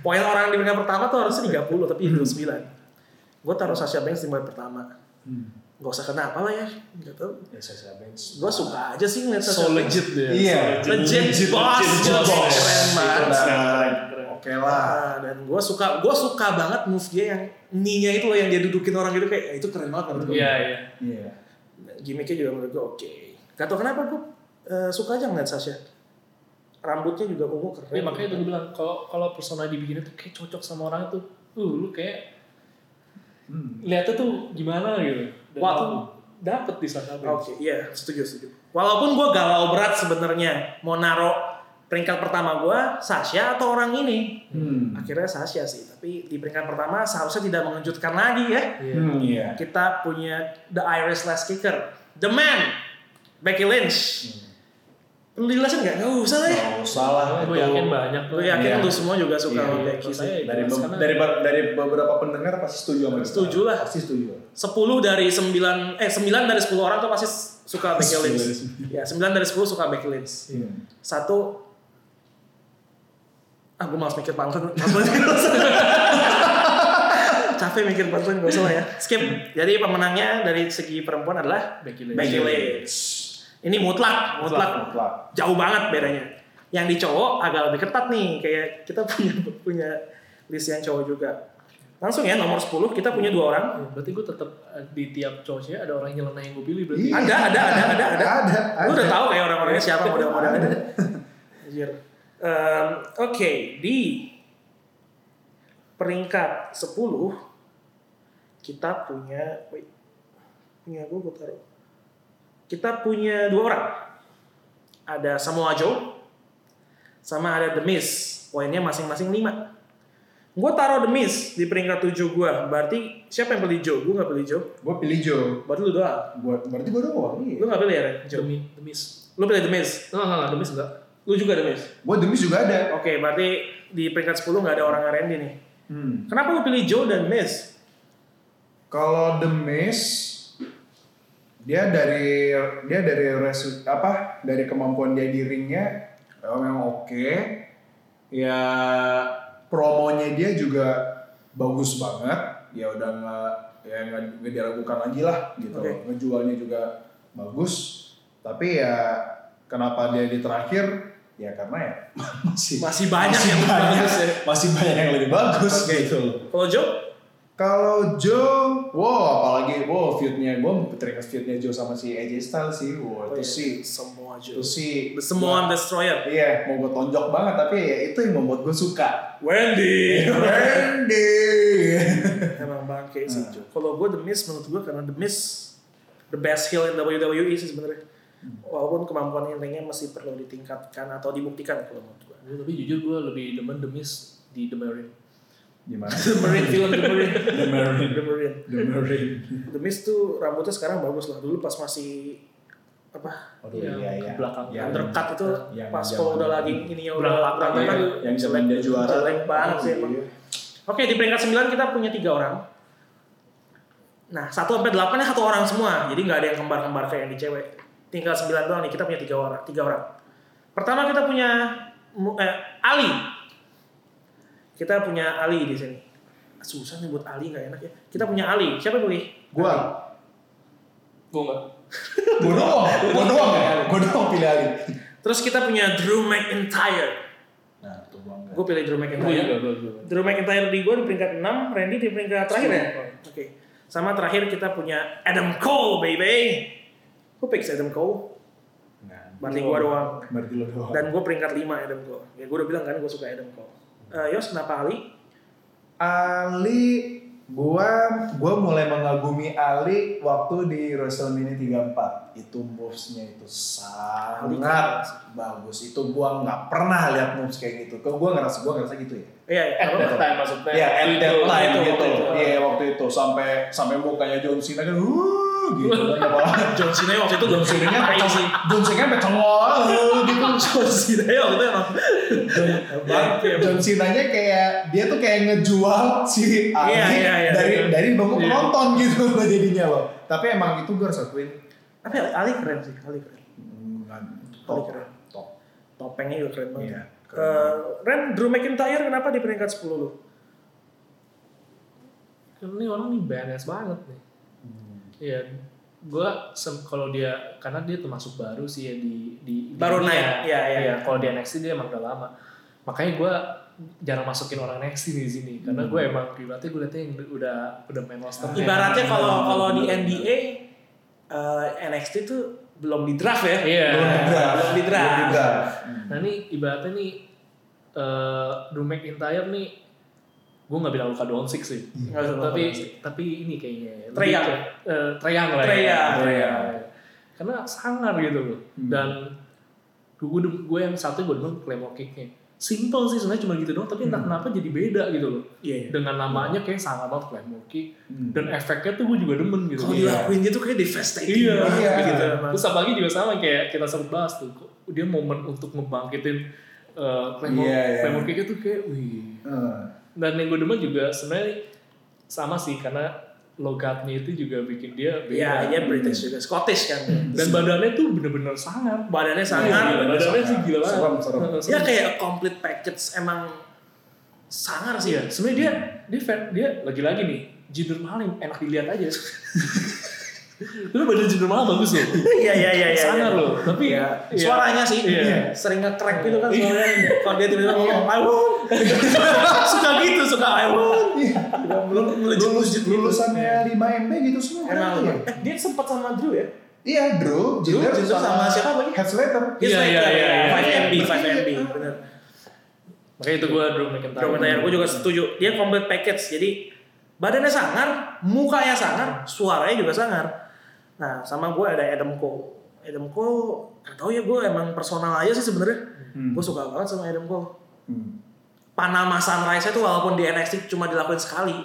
S1: poin orang di peringkat pertama tuh harusnya 30 tapi 29 gue taruh Sasha Banks di peringkat pertama
S3: Hmm.
S1: gak usah kenapa lah ya gak tau
S3: Ya, saya- saya bench.
S1: gue suka aja sih ngeliat Sasha
S2: So
S1: Banks.
S2: legit dia.
S3: Iya.
S2: So
S1: legit, bos
S2: legit,
S1: bos
S2: bos.
S1: keren banget
S3: Itu udah Oke lah.
S1: Ah, dan gue suka gue suka banget move dia yang ninya itu loh yang dia dudukin orang gitu kayak ya, itu keren banget menurut gue
S2: Iya, iya.
S3: Iya.
S1: gimmicknya juga menurut gue oke gak tau kenapa gue eh, suka aja ngeliat Sasha rambutnya juga ungu keren
S2: Tapi Iya, makanya itu gue bilang kalau kalau persona dibikinnya tuh kayak cocok sama orang tuh. Uh, lu kayak
S3: Hmm.
S2: lihatnya tuh gimana gitu. Dan
S1: Wow.
S2: itu dapet di sana.
S1: Oke, iya, setuju, setuju. Walaupun gue galau berat sebenarnya mau naro peringkat pertama gue Sasha atau orang ini.
S3: Hmm.
S1: Akhirnya Sasha sih, tapi di peringkat pertama seharusnya tidak mengejutkan lagi ya.
S2: Iya.
S3: Hmm, Iya.
S1: Kita punya The Irish Last Kicker, The Man, Becky Lynch. Lu dijelasin nggak? Nggak usah lah ya.
S3: Nggak usah lah.
S2: Gue
S3: itu.
S2: Iya. yakin banyak.
S1: Lu yakin
S3: Iya.
S1: lu semua juga suka
S3: Iya,
S1: sama
S2: iya,
S1: Becky
S2: kalau
S1: sih.
S2: saya-
S3: dari
S2: Jelas,
S3: be-
S2: karena-
S3: dari ber- dari beberapa pendengar pasti setuju sama kita.
S1: Setuju lah.
S3: Pasti setuju.
S1: 10 dari 9 eh 9 dari 10 orang tuh pasti suka Becky
S3: Sembilan dari
S1: Lynch. Ya, 9 dari 10 suka Becky Lynch.
S3: Iya.
S1: satu ah gue malas mikir pantun [LAUGHS] pantun capek mikir pantun gak usah lah ya skip jadi pemenangnya dari segi perempuan adalah
S2: Becky Lynch.
S1: Becky Lynch ini mutlak mutlak
S3: Mutlak.
S1: jauh banget bedanya Yang di cowok agak lebih ketat nih, kayak kita punya punya list yang cowok juga. Langsung ya nomor 10 kita punya dua orang.
S2: Oh, berarti gue tetap eh, di tiap cowoknya ada orang yang nyeleneh yang gue pilih berarti.
S3: Iya.
S1: Ada, ada, ada, ada, ada.
S3: Ada,
S1: Lu udah
S3: ada.
S1: tahu kayak orang-orangnya siapa model-modelnya.
S3: Ada.
S1: Anjir. Em, Oke, di peringkat 10 kita punya wait, punya gue gue taruh. Kita punya dua orang. Ada Samoa Joe sama ada The Miz. Poinnya masing-masing 5. Gue taruh The Miz di peringkat 7 gue. Berarti siapa yang pilih Joe? Gue gak pilih Joe.
S3: Gue pilih Joe.
S1: Berarti lu doang.
S3: Gua, berarti gue doang. Iya.
S1: Lu gak pilih ya, Ren? Joe?
S2: Demi, demis.
S1: Lu pilih The Miz.
S2: Enggak, enggak, enggak, demis enggak.
S1: Lu juga The Miz.
S3: Gue demis juga ada.
S1: Oke, berarti di peringkat 10 nggak ada orang Randy nih.
S3: Hmm.
S1: Kenapa lu pilih Joe dan Miz?
S3: Kalau demis dia dari dia dari resu, apa dari kemampuan dia di ringnya eh, memang oke. Ya promonya dia juga bagus banget. Ya udah nggak ya nggak nggak diragukan lagi lah gitu.
S1: Oke.
S3: Ngejualnya juga bagus. Tapi ya kenapa dia di terakhir? Ya karena ya [LAUGHS] masih
S1: Masih banyak yang lebih bagus ya.
S3: masih banyak yang lebih bagus gitu.
S1: Kalau Joe,
S3: Kalau Joe, wow apalagi wow feudnya gue teringat feudnya Joe sama si AJ Styles sih, wow
S1: Oh,
S3: itu
S1: iya.
S3: sih
S1: semua
S3: itu
S1: Joe.
S3: sih
S1: The Samoan Destroyer.
S3: Iya, mau gue tonjok banget tapi ya itu yang membuat gue suka.
S1: Wendy. [LAUGHS] Nah.
S3: Randy.
S1: Emang bangke sih Joe. Kalau gue The Miz, menurut gue karena The Miz the best heel in WWE sih sebenarnya. Walaupun kemampuan ringnya masih perlu ditingkatkan atau dibuktikan kalau menurut gue.
S2: Gua- tapi jujur gue lebih demen demis di demerin.
S3: Gimana?
S2: Demerin film demerin.
S3: Demerin.
S1: [LAUGHS] The Marine.
S3: Demerin.
S1: The Miz tuh rambutnya sekarang bagus lah. Dulu pas masih apa
S3: Aduh,
S2: Yang
S3: iya,
S2: ke
S3: iya.
S2: belakang.
S3: Yang-
S1: undercut itu
S3: yang
S1: pas
S3: zaman-
S1: kalau udah lagi ini ya udah
S2: Berantakan
S1: berantakan
S2: ya.
S3: yang zaman dia juara.
S1: jelek banget sih emang.
S3: Iya.
S1: Oke, di peringkat 9 kita punya tiga orang. Nah, 1 sampai 8 nya satu orang semua. Jadi nggak ada yang kembar-kembar kayak yang di cewek. Tinggal 9 doang nih, kita punya tiga orang, tiga orang. Pertama kita punya Mu- eh, Ali. Kita punya Ali di sini. Susah nih buat Ali nggak enak ya. Kita punya Ali. Siapa yang pilih?
S3: Gua,
S2: Gue enggak.
S1: Kan.
S3: gua doang, gua doang ya, gua doang pilih Ali.
S1: Terus kita punya Drew McIntyre.
S3: Nah, tuh
S1: Gue pilih Drew
S2: Gue ya,
S1: McIntyre.
S2: gue, gue.
S1: Drew McIntyre di gue di peringkat 6, Randy di peringkat terakhir ya?
S2: Sepuluh.
S1: Oke. Sama terakhir kita punya Adam Cole, baby. Gue pick Adam Cole,
S3: Nah,
S1: berarti gue doang.
S3: berarti lo doang.
S1: Dan gue peringkat 5 Adam Cole. Ya gue udah bilang kan gue suka Adam Cole. Eh, Yos, kenapa Ali?
S3: Ali gua gua mulai mengagumi Ali waktu di WrestleMania 34 itu movesnya itu sangat bagus itu gua nggak pernah lihat moves kayak gitu Kok gua ngerasa gua ngerasa gitu ya
S1: Iya, iya.
S2: At
S1: apa?
S2: that time maksudnya.
S3: ya at
S2: Waktu
S3: that
S2: itu,
S3: time
S2: waktu
S3: gitu
S2: itu.
S3: iya waktu itu sampai sampai mukanya John Cena kan "Wuh,"
S2: [LAUGHS]
S3: gitu kan kepala
S1: Eh, John Cena waktu itu
S3: John Cena nya pecong John Cena nya pecong "Wuh,"
S2: [LAUGHS]
S3: gitu
S1: John Cena waktu itu emang. Iya, Bangke,
S3: Ya, John Cena-nya kayak dia tuh kayak ngejual si Ali
S1: Iya, iya, iya,
S3: dari
S1: iya.
S3: dari bangku
S2: Iya.
S3: penonton gitu loh jadinya loh. Tapi emang itu gue harus akuin
S1: Tapi Ali keren sih, Ali keren.
S3: hmm,
S1: top,
S3: top top.
S1: Topengnya juga keren banget.
S3: Iya,
S1: Eh, Ren, Drew McIntyre kenapa di peringkat 10 lu?
S2: ini orang nih badass banget nih.
S1: Hmm.
S2: Iya, gue kalau dia karena dia termasuk baru sih ya di di di
S1: Baru
S2: dunia.
S1: naik, iya, iya.
S2: Kalau di NXT dia emang udah lama. Makanya gue jarang masukin orang NXT di sini karena
S1: Hmm.
S2: gue emang ibaratnya gue liatnya yang udah udah main
S1: Ah.
S2: roster.
S1: Ibaratnya kalau kalau di NBA eh, NXT tuh belum di draft ya.
S2: Iya.
S3: Belum di draft.
S1: Belum di draft.
S3: Belum di draft.
S2: Nah ini ibaratnya nih eh Drew McIntyre nih gue nggak bilang Luka Doncic sih.
S1: Nggak usah
S2: tapi
S1: Luka Doncic.
S2: tapi ini kayaknya ya, lebih
S1: Treyang.
S2: ke- eh, Treyang lah ya.
S1: Treyang.
S2: Treyang. Karena sangar gitu loh.
S3: Hmm.
S2: Dan gue gue yang satu gue demen claymore kicknya. Simple sih sebenarnya cuma gitu doang tapi
S3: Hmm.
S2: entah kenapa jadi beda gitu loh.
S1: Iya. iya.
S2: Dengan namanya kayak sangar banget claymore kick
S3: Hmm.
S2: dan efeknya tuh gue juga demen gitu.
S1: Kalau
S3: Iya.
S1: dilakuin dia tuh kayak devastating.
S2: Iya,
S1: banget
S3: iya.
S1: Gitu. emang.
S2: Terus apalagi juga sama kayak kita sempat bahas tuh, kok dia momen untuk ngebangkitin uh, Claymore,
S3: Iya, iya.
S2: Claymore kick-nya tuh kayak wih.
S3: Hmm.
S2: Dan yang gue demen juga sebenarnya sama sih karena logatnya itu juga bikin dia beda.
S1: Iya, iya British juga, Scottish kan.
S2: Dan badannya tuh bener-bener sangar.
S1: Badannya
S2: Iya,
S1: sangar.
S2: badannya sih gila banget.
S3: Serem, serem.
S2: Heeh,
S1: Ya kayak a complete package emang sangar sih.
S2: Iya,
S1: [LAUGHS]
S2: sebenarnya dia dia fan- dia lagi-lagi nih jinder maling enak dilihat aja. Lu badan jendela malah bagus loh.
S1: Iya iya iya iya.
S2: Sangar
S1: iya.
S2: loh. Tapi
S1: Iya.
S2: iya.
S1: Suaranya sih
S2: Iya.
S1: sering nge-crack gitu kan suaranya. Kalau dia tiba-tiba ngomong I won't. [LAUGHS] suka gitu, suka I won't. Belum
S3: Iya.
S1: gitu.
S3: Lulus, lulusannya 5 MB gitu semua.
S1: Iya. Emang
S3: iya.
S1: eh, dia sempat sama Drew ya?
S3: Iya, Drew, Jinder
S1: Jinder sama siapa lagi?
S3: Heath Slater.
S1: Dia
S2: Iya,
S1: striker,
S2: iya, iya,
S1: ya.
S2: iya.
S1: 5 MB, 5 MB. Benar.
S2: Makanya itu gua Drew McIntyre.
S1: Drew McIntyre, gue juga setuju. Dia complete package, jadi badannya sangar, mukanya sangar, suaranya juga sangar. Nah, sama gue ada Adam Cole. Adam Cole, gak tau ya gue emang personal aja sih sebenarnya.
S3: Hmm.
S1: Gue suka banget sama Adam Cole.
S3: Hmm.
S1: Panama Sunrise itu walaupun di NXT cuma dilakuin sekali,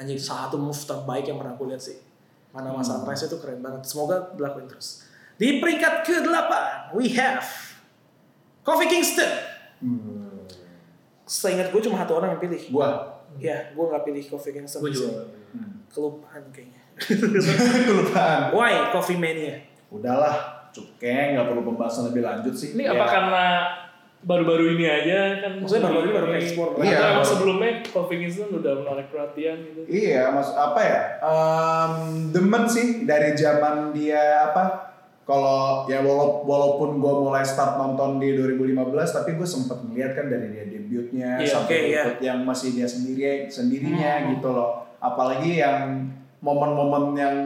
S1: anjing satu move terbaik yang pernah gue lihat sih. Panama
S3: Hmm.
S1: Sunrise itu keren banget. Semoga dilakuin terus. Di peringkat ke-8, we have Kofi Kingston.
S3: Hmm.
S1: Seingat gue cuma satu orang yang pilih.
S3: Gua.
S1: Ya, gue gak pilih Coffee Gangster.
S2: Gua juga.
S3: Hmm.
S1: Kelupaan kayaknya.
S3: [LAUGHS] Kelupaan.
S1: Why Coffee Mania?
S3: Udahlah, cukeng, nggak perlu pembahasan lebih lanjut sih.
S2: Ini
S3: Ya.
S2: apa karena baru-baru ini aja kan?
S1: Maksudnya baru-baru ini baru ekspor.
S2: Iya.
S3: Iya.
S2: emang sebelumnya Kofi Kingston udah menarik perhatian gitu.
S3: Iya, mas apa ya? Em, demen sih dari zaman dia apa? Kalau ya wala- walaupun gue mulai start nonton di 2015, tapi gue sempet ngeliat kan dari dia debutnya
S2: Iya,
S3: sampai
S1: oke, iya.
S3: ikut yang masih dia sendiri sendirinya
S1: Hmm.
S3: gitu loh. Apalagi yang momen-momen yang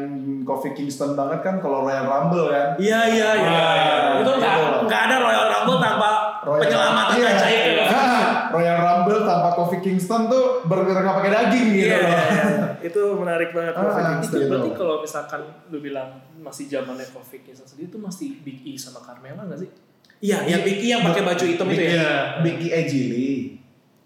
S3: Kofi Kingston banget kan kalau Royal Rumble kan.
S1: Iya, iya, iya.
S3: Wah,
S1: Itu nggak
S3: betul.
S1: nggak ada Royal Rumble tanpa
S3: iya. Royal-
S1: penyelamatan
S3: Iya.
S1: ajaib.
S3: [LAUGHS]
S1: ya.
S3: Ah, Royal Rumble tanpa Kofi Kingston tuh burger nggak pakai daging gitu
S1: Iya,
S3: loh.
S1: iya. itu menarik banget
S3: Ah,
S1: Coffee Kingston.
S3: Gitu.
S2: Berarti kalau misalkan lu bilang masih zamannya Kofi Kingston sendiri itu masih Big E sama Carmella nggak sih?
S1: Iya, yang Vicky yang pakai baju hitam itu ya.
S3: Big E Ejili.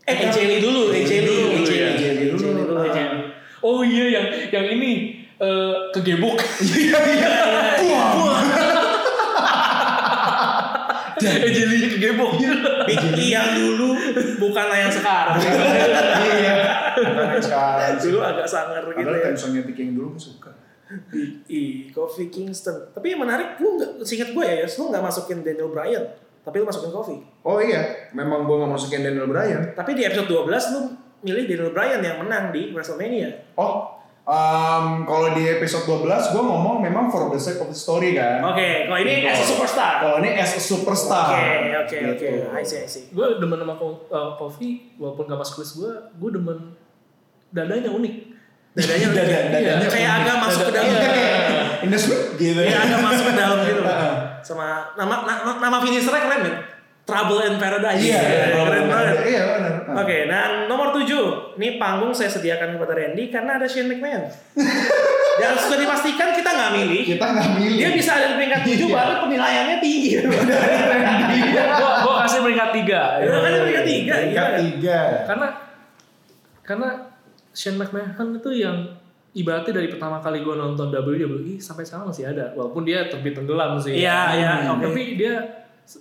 S1: Eh,
S3: iya.
S1: Ejeli dulu, Ejeli,
S2: Dulu,
S1: Ejeli,
S3: ya.
S2: iya.
S1: Ejeli Ejeli
S3: [LAUGHS]
S1: dulu,
S3: Ah.
S1: Ejeli.
S2: Oh iya yang yang ini eh, [LAUGHS] kegebuk.
S3: Iya iya. Wah.
S2: Ejelinya kegebuk.
S1: Vicky yang dulu bukanlah yang sekarang.
S3: Iya. Makanya Sekarang sih.
S1: Dulu agak sangar gitu
S3: Padahal
S1: ya.
S3: tensionnya yang dulu gue suka.
S1: I Kofi Kingston. Tapi yang menarik, lu nggak, singkat gue ya, Yas, lu nggak masukin Daniel Bryan, tapi lu masukin Kofi.
S3: Oh iya, memang gue gak masukin Daniel Bryan.
S1: Tapi di episode 12 lu milih Daniel Bryan yang menang di WrestleMania.
S3: Oh, em, kalau di episode 12 gue ngomong memang for the sake of the story kan.
S1: Oke, kalau ini as a superstar.
S3: Kalau ini as a superstar.
S1: Oke, oke, oke.
S3: Gitu.
S1: I see, I see.
S2: gue demen sama Ko- eh, Kofi walaupun gak masuk list gue, gue demen dadanya unik.
S1: Dadanya
S3: Dada-
S1: kayak
S3: dadanya unik.
S1: agak masuk ke dalam.
S3: Iya, kayak in the sweet gitu.
S1: Kayak agak Iya, masuk ke dalam gitu.
S3: Heeh.
S1: Sama nama nama, nama finisher-nya keren ya. Trouble in Paradise.
S3: Iya,
S1: keren banget.
S3: Iya, benar.
S1: Oke, dan nomor 7. Ini panggung saya sediakan kepada Randy karena ada Shane
S3: [LAUGHS]
S1: McMahon. Dan sudah dipastikan kita nggak milih.
S3: Kita nggak milih.
S1: Dia bisa ada di peringkat 7
S3: Iya.
S1: baru penilaiannya
S3: [LAUGHS]
S1: tinggi.
S2: gue gue kasih peringkat tiga.
S1: Itu kan dia peringkat 3.
S3: Peringkat tiga.
S2: karena karena Shane McMahon itu yang ibaratnya dari pertama kali gue nonton WWE sampai sekarang masih ada walaupun dia terbit tenggelam sih
S1: Iya, iya,
S3: Hmm.
S1: oke.
S2: tapi dia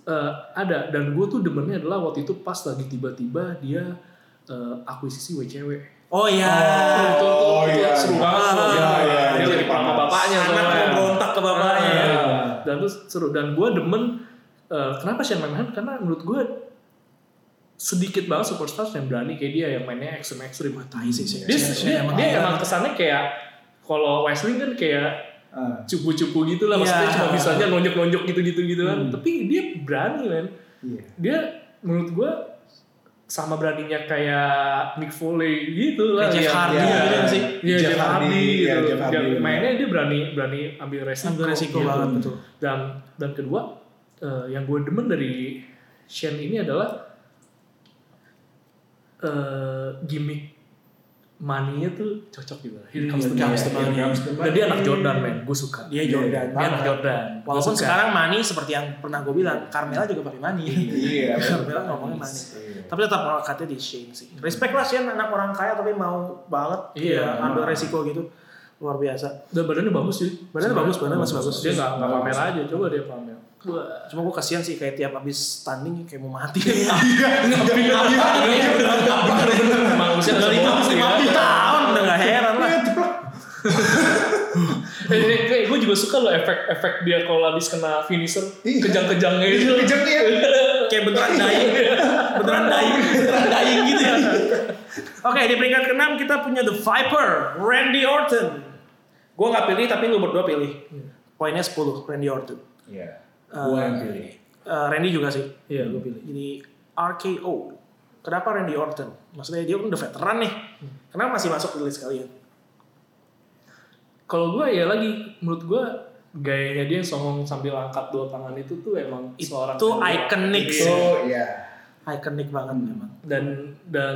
S2: eh, ada dan gue tuh demennya adalah waktu itu pas lagi tiba-tiba dia eh, akuisisi WCW
S1: Oh iya.
S2: Itu- itu, itu
S3: Oh, iya.
S2: seru banget tuh.
S1: Iya,
S3: iya,
S2: dia
S3: iya.
S2: lagi perang sama bapaknya
S1: Anak
S2: soalnya.
S1: memberontak ke bapaknya.
S2: Ah, dan tuh seru dan gue demen eh, kenapa Shane McMahon karena menurut gue sedikit banget superstars yang berani kayak dia yang mainnya ekstrim ekstrim
S3: Ah,
S1: Tai
S3: iya,
S1: sih, sih.
S2: Ah, iya. dia,
S1: Sih,
S2: dia,
S1: emang
S2: dia
S1: ada.
S2: emang kesannya kayak kalau wrestling kan kayak
S3: Ah.
S2: cupu-cupu gitu lah maksudnya
S1: Iya. Hmm.
S2: cuma bisanya nonjok-nonjok gitu-gitu gitu kan tapi dia berani men
S3: Iya.
S2: dia menurut gua sama beraninya kayak Mick Foley gitu lah
S1: Kayak Jeff
S2: yang-
S1: Hardy
S2: iya.
S1: gitu kan sih?
S2: Iya, Jeff Hardy
S3: iya,
S2: gitu.
S3: Jeff Hardy.
S2: Dia- mainnya dia berani berani ambil resiko,
S1: Ambil resiko
S2: gitu.
S1: banget, betul.
S2: Dan dan kedua eh, yang gue demen dari Shane ini adalah eh gimmick maninya tuh cocok juga. Here comes the
S1: Here comes the
S2: money.
S1: money.
S2: Dan dia anak Jordan men, gue suka.
S1: Dia
S3: Iya,
S1: Jordan
S2: Dia
S1: banget.
S2: anak Jordan. Gua
S1: Walaupun
S2: suka.
S1: sekarang Mani seperti yang pernah gue bilang, Carmela juga pakai Mani. [LAUGHS]
S3: Iya.
S1: Carmela ngomongnya Mani.
S3: Iya.
S1: Tapi tetap melekatnya di Shane sih. Respect lah Shane anak orang kaya tapi mau banget
S2: Iya.
S1: ya, ambil resiko gitu. Luar biasa.
S2: dan badannya bagus sih.
S1: Badannya bagus, badannya masih bagus.
S2: Dia nggak nggak pamer aja, coba dia pamer. Wah.
S1: Cuma gue kasihan sih kayak tiap habis tanding kayak mau
S3: [LAUGHS]
S1: mati.
S2: Iya.
S3: Iya.
S2: Manusia
S1: Udah lima puluh tahun udah gak heran lah.
S2: Eh, gue juga suka loh efek-efek dia kalau habis kena finisher
S3: Iya.
S2: kejang-kejangnya itu.
S1: iya.
S3: Kejangnya.
S1: kayak beneran dying beneran dying beneran dying gitu ya oke di peringkat keenam kita punya The Viper Randy Orton Gue nggak pilih tapi lu berdua pilih.
S2: Iya.
S1: Poinnya 10, Randy Orton.
S3: Iya.
S1: Eh,
S3: Gua yang pilih.
S1: eh, Randy juga sih.
S2: [LAUGHS] Iya, gue pilih.
S1: Jadi RKO. Kenapa Randy Orton? Maksudnya dia kan udah veteran nih. Kenapa masih masuk ke list kalian?
S2: Kalau gue ya lagi, menurut gue gayanya dia yang songong sambil angkat dua tangan itu tuh emang seorang
S1: itu
S2: senior.
S1: ikonik
S2: Iya. Hmm.
S1: sih.
S3: Itu ya.
S1: Ikonik banget memang.
S2: dan dan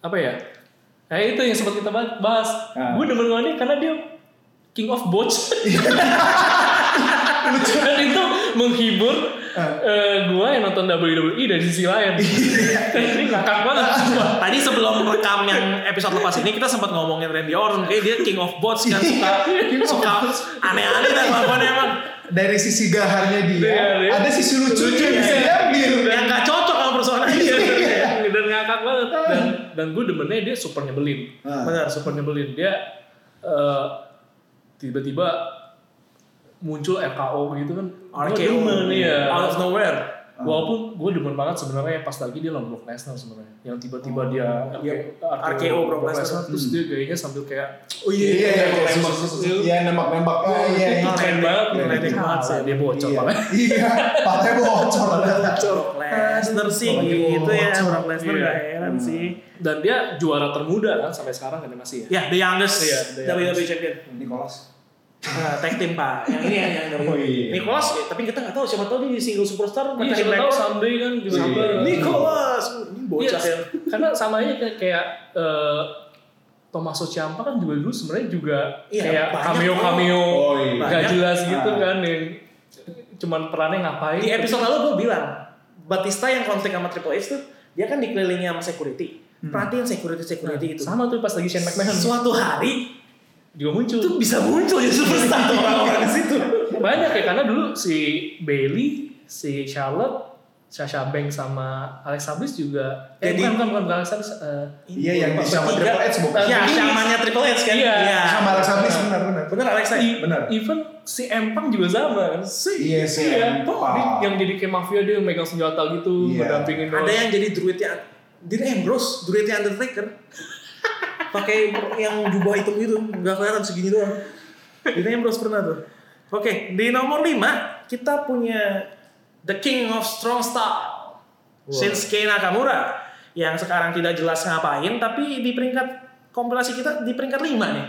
S2: apa ya? Nah itu yang sempat kita bah- bahas.
S3: Ah.
S2: Gue demen sama dia karena dia king of
S3: [LAUGHS]
S2: botch. dan itu menghibur
S3: Ah.
S2: gue yang nonton WWE dari sisi lain.
S3: Iya.
S2: ini ngakak banget. sumpah.
S1: Tadi sebelum rekam yang episode lepas ini kita sempat ngomongin Randy Orton, kayak dia king of bots kan
S2: Iya.
S1: suka
S3: Iya.
S1: suka aneh-aneh dan lawannya emang
S3: Dari sisi gaharnya dia,
S2: Iya, iya.
S3: ada sisi lucunya yang bisa
S2: Iya.
S3: diambil.
S1: yang nggak cocok sama Iya. personanya.
S2: dan ngakak banget dan dan gue demennya dia super nyebelin
S3: Ah.
S2: benar super nyebelin dia eh, tiba-tiba muncul RKO gitu kan Gua
S1: RKO.
S2: demen
S3: iya.
S2: ya
S1: Out of nowhere.
S2: walaupun gue demen banget sebenarnya ya pas lagi dia lawan Brock Lesnar sebenarnya yang tiba-tiba dia
S1: Iya. RKO Brock Lesnar. Hmm.
S2: terus dia gayanya sambil kayak
S3: Oh iya iya iya. Sus- sus- sus- Iya nembak-nembak. Oh iya iya.
S2: "Ih, keren banget
S1: Iya,
S2: keren
S1: iya.
S2: banget sih." dia bocor
S3: Iya.
S2: banget
S3: Iya, patahnya bocor.
S1: Brock Lesnar sih
S3: Apalagi
S1: gitu ya,
S3: bocor.
S1: Brock Lesnar
S2: Iya. Hmm.
S1: nggak heran sih.
S2: dan dia juara termuda kan sampai sekarang kan dia masih ya
S1: Ya, The Youngest
S2: Iya, The
S1: WWE Champion.
S3: Nicholas.
S1: Nah, tag team pak. Yang ini yang yang
S3: Oh iya.
S1: Nicholas, eh, tapi kita nggak tahu siapa tahu dia di single superstar.
S2: Iya,
S1: mencahin
S2: siapa tahu
S1: rekor.
S2: someday kan bisa
S3: Iya.
S2: apa.
S1: Nicholas, ini
S2: Iya,
S1: bocah yang
S2: karena sama aja kayak, kayak eh, Tommaso Ciampa kan juga dulu sebenarnya juga
S1: Iya,
S2: kayak
S1: banyak
S2: cameo cameo
S3: Oh, iya.
S2: gak
S1: Banyak.
S2: jelas gitu
S3: Ah.
S2: kan yang cuman perannya ngapain
S1: Di episode lalu gue bilang Batista yang konflik sama Triple H tuh dia kan dikelilingi sama security. Perhatiin security security itu.
S2: Hmm. Nah, sama tuh pas lagi Shane McMahon
S1: Suatu hari
S2: juga muncul
S1: itu bisa muncul ya, jadi superstar tuh [LAUGHS] orang-orang di situ.
S2: banyak ya karena dulu si Bailey si Charlotte Sasha Banks sama Alexa Bliss juga eh,
S1: Jadi-
S2: bukan bukan bukan, bukan Alexa Bliss eh,
S3: Iya, yang
S1: Pas
S3: sama
S1: ketiga.
S3: Triple H bukan?
S1: Iya,
S2: Ini.
S1: shamannya Triple H kan.
S2: Iya.
S3: Sama Alex Abis benar Ah. benar.
S1: Bener Alexa. ya?
S2: i-
S3: Iya, benar.
S2: even si Empang juga sama kan
S3: Iya sih.
S2: Iya,
S3: Empang.
S2: Dia yang jadi kayak mafia dia yang megang senjata gitu,
S3: Iya.
S2: mendampingin
S1: Ada yang jadi ya. druidnya Dean Ambrose, druidnya ya Undertaker. Pakai yang jubah hitam gitu, nggak kelihatan segini doang. Dean Ambrose pernah tuh. Oke, di nomor 5 kita punya The King of Strong Style. Shinsuke Nakamura yang sekarang tidak jelas ngapain tapi di peringkat kompilasi kita di peringkat 5 nih.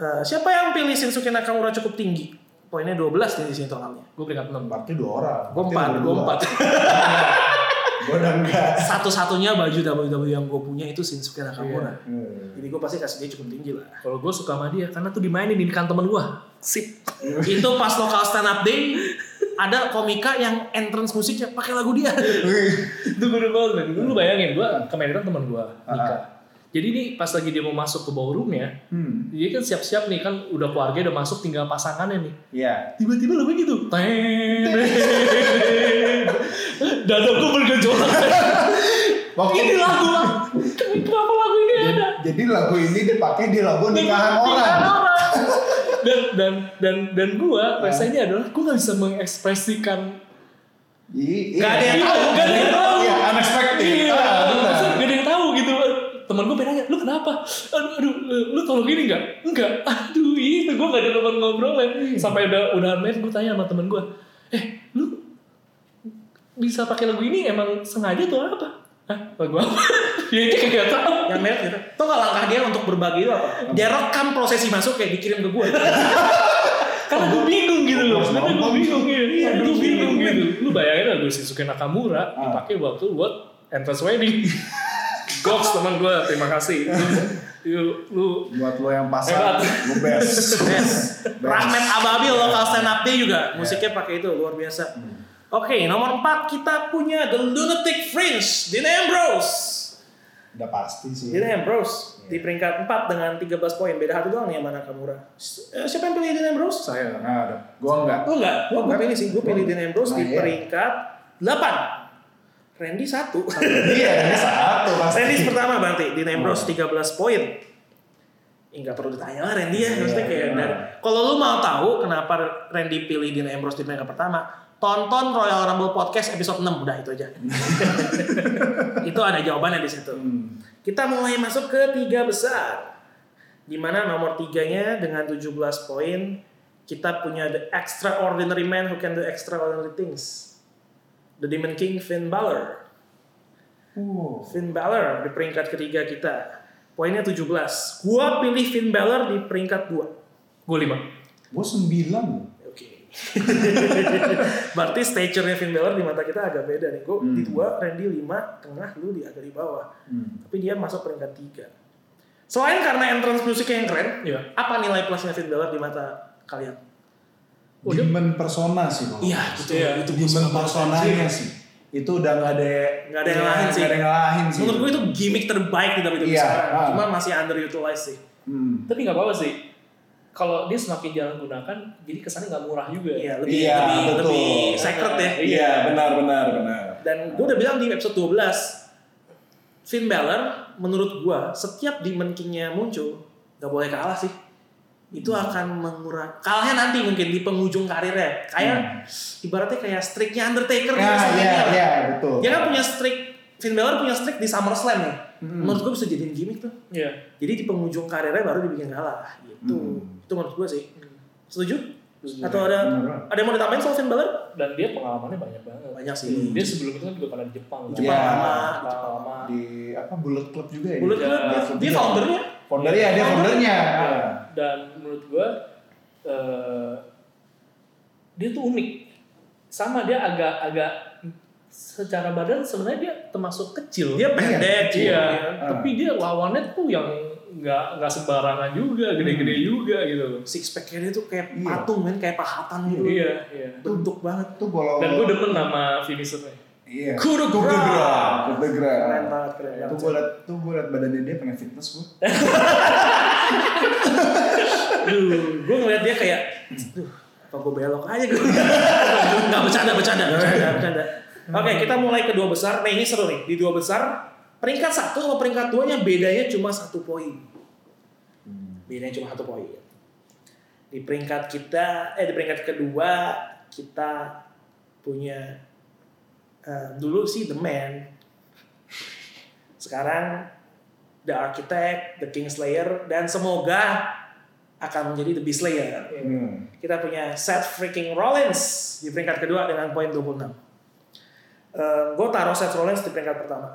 S1: Eh, siapa yang pilih Shinsuke Nakamura cukup tinggi? Poinnya 12 nih di sini totalnya.
S2: Gue peringkat 6.
S3: Berarti dua orang.
S1: Gue 4, gue 4.
S3: Gue udah enggak.
S1: satu-satunya baju WWE yang gue punya itu Shinsuke Nakamura.
S3: Hmm.
S1: Jadi gue pasti kasih dia cukup tinggi lah.
S2: Kalau gue suka sama dia karena tuh dimainin di kan temen gue. Sip.
S1: itu pas lokal stand up day ada komika yang entrance musiknya pakai lagu dia.
S2: itu gue udah banget. Gue lu bayangin gue ke Medan temen gue nikah. Jadi nih pas lagi dia mau masuk ke ballroomnya,
S3: Hmm.
S2: dia kan siap-siap nih kan udah keluarga udah masuk tinggal pasangannya nih.
S3: Iya.
S2: Tiba-tiba lagu gitu. Teng. [LAUGHS] Dada gue bergejolak.
S3: Waktu
S2: [LAUGHS] ini lagu. Kenapa lagu ini ada?
S3: jadi lagu ini dipakai di lagu nikahan orang.
S2: Nikahan [LAUGHS] orang. dan dan dan dan gua rasanya adalah gua nggak bisa mengekspresikan
S3: I-
S1: Nggak ada
S3: iya.
S1: yang tahu,
S2: nggak ada yang tahu.
S3: Iya, unexpected.
S2: iya
S3: Ah, benar.
S2: maksudnya nggak ada yang tahu gitu temen gua pengen nanya lu kenapa aduh, aduh lu tolong gini nggak [LAUGHS] enggak aduh itu gua nggak ada teman ngobrol ya. sampai udah udah net gua tanya sama temen gua eh lu bisa pakai lagu ini emang sengaja tuh apa Hah, lagu apa [LAUGHS] ya itu kayak gak tahu
S1: yang merek gitu. Tuh gak langkah dia untuk berbagi itu apa? Dia rekam prosesi masuk ya dikirim ke gue.
S2: karena gue bingung gitu loh
S3: Harus
S2: sebenarnya gue
S3: nonton.
S2: bingung gitu iya Ah.
S3: Harus
S2: gue bingung
S3: nonton.
S2: gitu lu bayangin lagu Shinsuke Nakamura dipakai waktu buat entrance wedding [LAUGHS] Goks teman gue terima [LAUGHS] kasih Lu- lu
S3: Buat lo yang pasang,
S2: Hebat.
S3: lo
S1: [LAUGHS]
S3: best.
S1: Rahmat Ababil lokal stand up day juga musiknya pakai itu luar biasa. Oke, nomor 4 kita punya The Lunatic Fringe, Dean Ambrose.
S3: Udah pasti sih.
S1: Dean Ambrose di
S3: Iya.
S1: peringkat 4 dengan 13 poin. Beda satu doang nih sama Nakamura. S- eh, Siapa yang pilih Dean Ambrose?
S2: saya
S3: Nah, udah. Gua enggak.
S1: Oh enggak, gua, gua pilih sih. Gua pilih Dean Ambrose di
S3: Nah, iya.
S1: peringkat 8. Randy
S3: [LAUGHS]
S1: 1.
S3: Iya, ini satu pasti.
S1: Randy pertama berarti Dean
S3: Iya.
S1: Ambrose 13 poin. Ya, nggak perlu ditanya lah Randy ya. Maksudnya kayak
S3: Iya.
S1: dari- Kalau lu mau tahu kenapa Randy pilih Dean Ambrose di peringkat pertama, tonton Royal Rumble Podcast episode 6 udah itu
S3: [LAUGHS]
S1: aja. itu ada jawabannya di situ.
S3: Hmm.
S1: Kita mulai masuk ke tiga besar. di mana nomor tiganya dengan 17 poin kita punya the extraordinary man who can do extraordinary things. The Demon King Finn Balor.
S3: Wow.
S1: Finn Balor di peringkat ketiga kita. Poinnya 17. Gua pilih Finn Balor di peringkat 2.
S2: Gue lima.
S3: Gue sembilan.
S1: Oke. [LAUGHS] Berarti stature-nya Finn Balor di mata kita agak beda nih. Gue di
S3: Hmm.
S1: dua, Randy lima, tengah, lu di agak di bawah.
S3: Hmm.
S1: Tapi dia masuk peringkat tiga. Selain karena entrance musiknya yang keren,
S2: Iya.
S1: apa nilai plusnya Finn Balor di mata kalian?
S2: Oh, dia-
S3: Demon persona sih kalau
S1: Iya, gitu ya.
S3: itu demon personanya sih. Itu udah nggak ada Iya,
S1: Nggak ada yang ngalahin sih.
S3: Nggak ada yang ngalahin sih.
S1: Menurut gue itu gimmick terbaik di WWE
S3: Iya,
S1: sekarang.
S3: ah.
S1: Cuma masih underutilized sih.
S3: Hmm.
S2: Tapi nggak apa-apa sih. Kalau dia semakin jarang gunakan, jadi kesannya nggak murah juga.
S1: Iya, lebih
S3: Iya,
S1: lebih,
S3: betul.
S1: lebih sacred ya.
S2: Iya.
S3: Iya, benar benar benar.
S1: Dan gue udah bilang di episode 12, Finn Balor menurut gue setiap Demon King-nya muncul, gak boleh kalah sih. Itu akan mengurangi, kalahnya nanti mungkin di penghujung karirnya. Kayak, ibaratnya kayak streaknya Undertaker. gitu,
S3: Nah, iya,
S1: streaknya.
S3: iya, betul.
S1: Dia kan punya streak, Finn Balor punya streak di SummerSlam nih. Menurut gue bisa jadiin gimmick tuh.
S2: Iya.
S1: Jadi di penghujung karirnya baru dibikin kalah gitu. Itu menurut gue sih. Setuju?
S2: Setuju.
S1: Atau ada
S3: Bener.
S1: ada yang mau ditambahin soal Finn Balor?
S2: Dan dia pengalamannya banyak banget.
S1: Banyak sih.
S3: Hmm.
S2: Dia sebelum itu kan juga pernah di Jepang. kan?
S1: Jepang
S3: Iya.
S1: lama,
S2: Pernah
S1: Jepang lama.
S2: lama.
S3: Di apa Bullet Club juga ya?
S1: Bullet
S3: dia?
S1: Club, dia, dia
S3: Iya.
S1: foundernya.
S3: Founder ya, dia foundernya.
S2: Iya. Dan menurut gua eh, dia tuh unik. Sama dia agak-agak secara badan sebenarnya dia termasuk kecil.
S1: Dia pendek,
S2: Iya,
S1: iya.
S3: Ah.
S2: tapi dia lawannya tuh yang nggak nggak sembarangan juga, gede-gede juga gitu loh.
S1: Six pack-nya dia tuh kayak
S3: Iya.
S1: patung men, kayak pahatan gitu.
S2: Iya, iya.
S1: Bentuk banget.
S3: Itu kalau
S2: Dan gue demen nama finishernya.
S3: Iya.
S1: Kudu gerak.
S3: Kudu
S2: Iya.
S3: gerak.
S1: Keren banget, keren
S3: Tuh
S1: banget.
S3: gue liat, tuh gue liat badannya dia pengen fitness gue.
S1: Aduh, gue ngeliat dia kayak, duh, apa gue belok aja gue. [LAUGHS] Nggak bercanda, bercanda, bercanda, bercanda. Oke, kita mulai ke dua besar. Nah ini seru nih, di dua besar, peringkat satu sama peringkat duanya bedanya cuma satu poin. Bedanya cuma satu poin. Di peringkat kita, eh di peringkat kedua, kita punya, eh, dulu sih The Man. Sekarang The Architect, The Kingslayer, dan semoga akan menjadi The Beast Slayer.
S3: Hmm.
S1: Kita punya Seth freaking Rollins di peringkat kedua dengan poin 26. gue Eh, taruh Seth Rollins di peringkat pertama.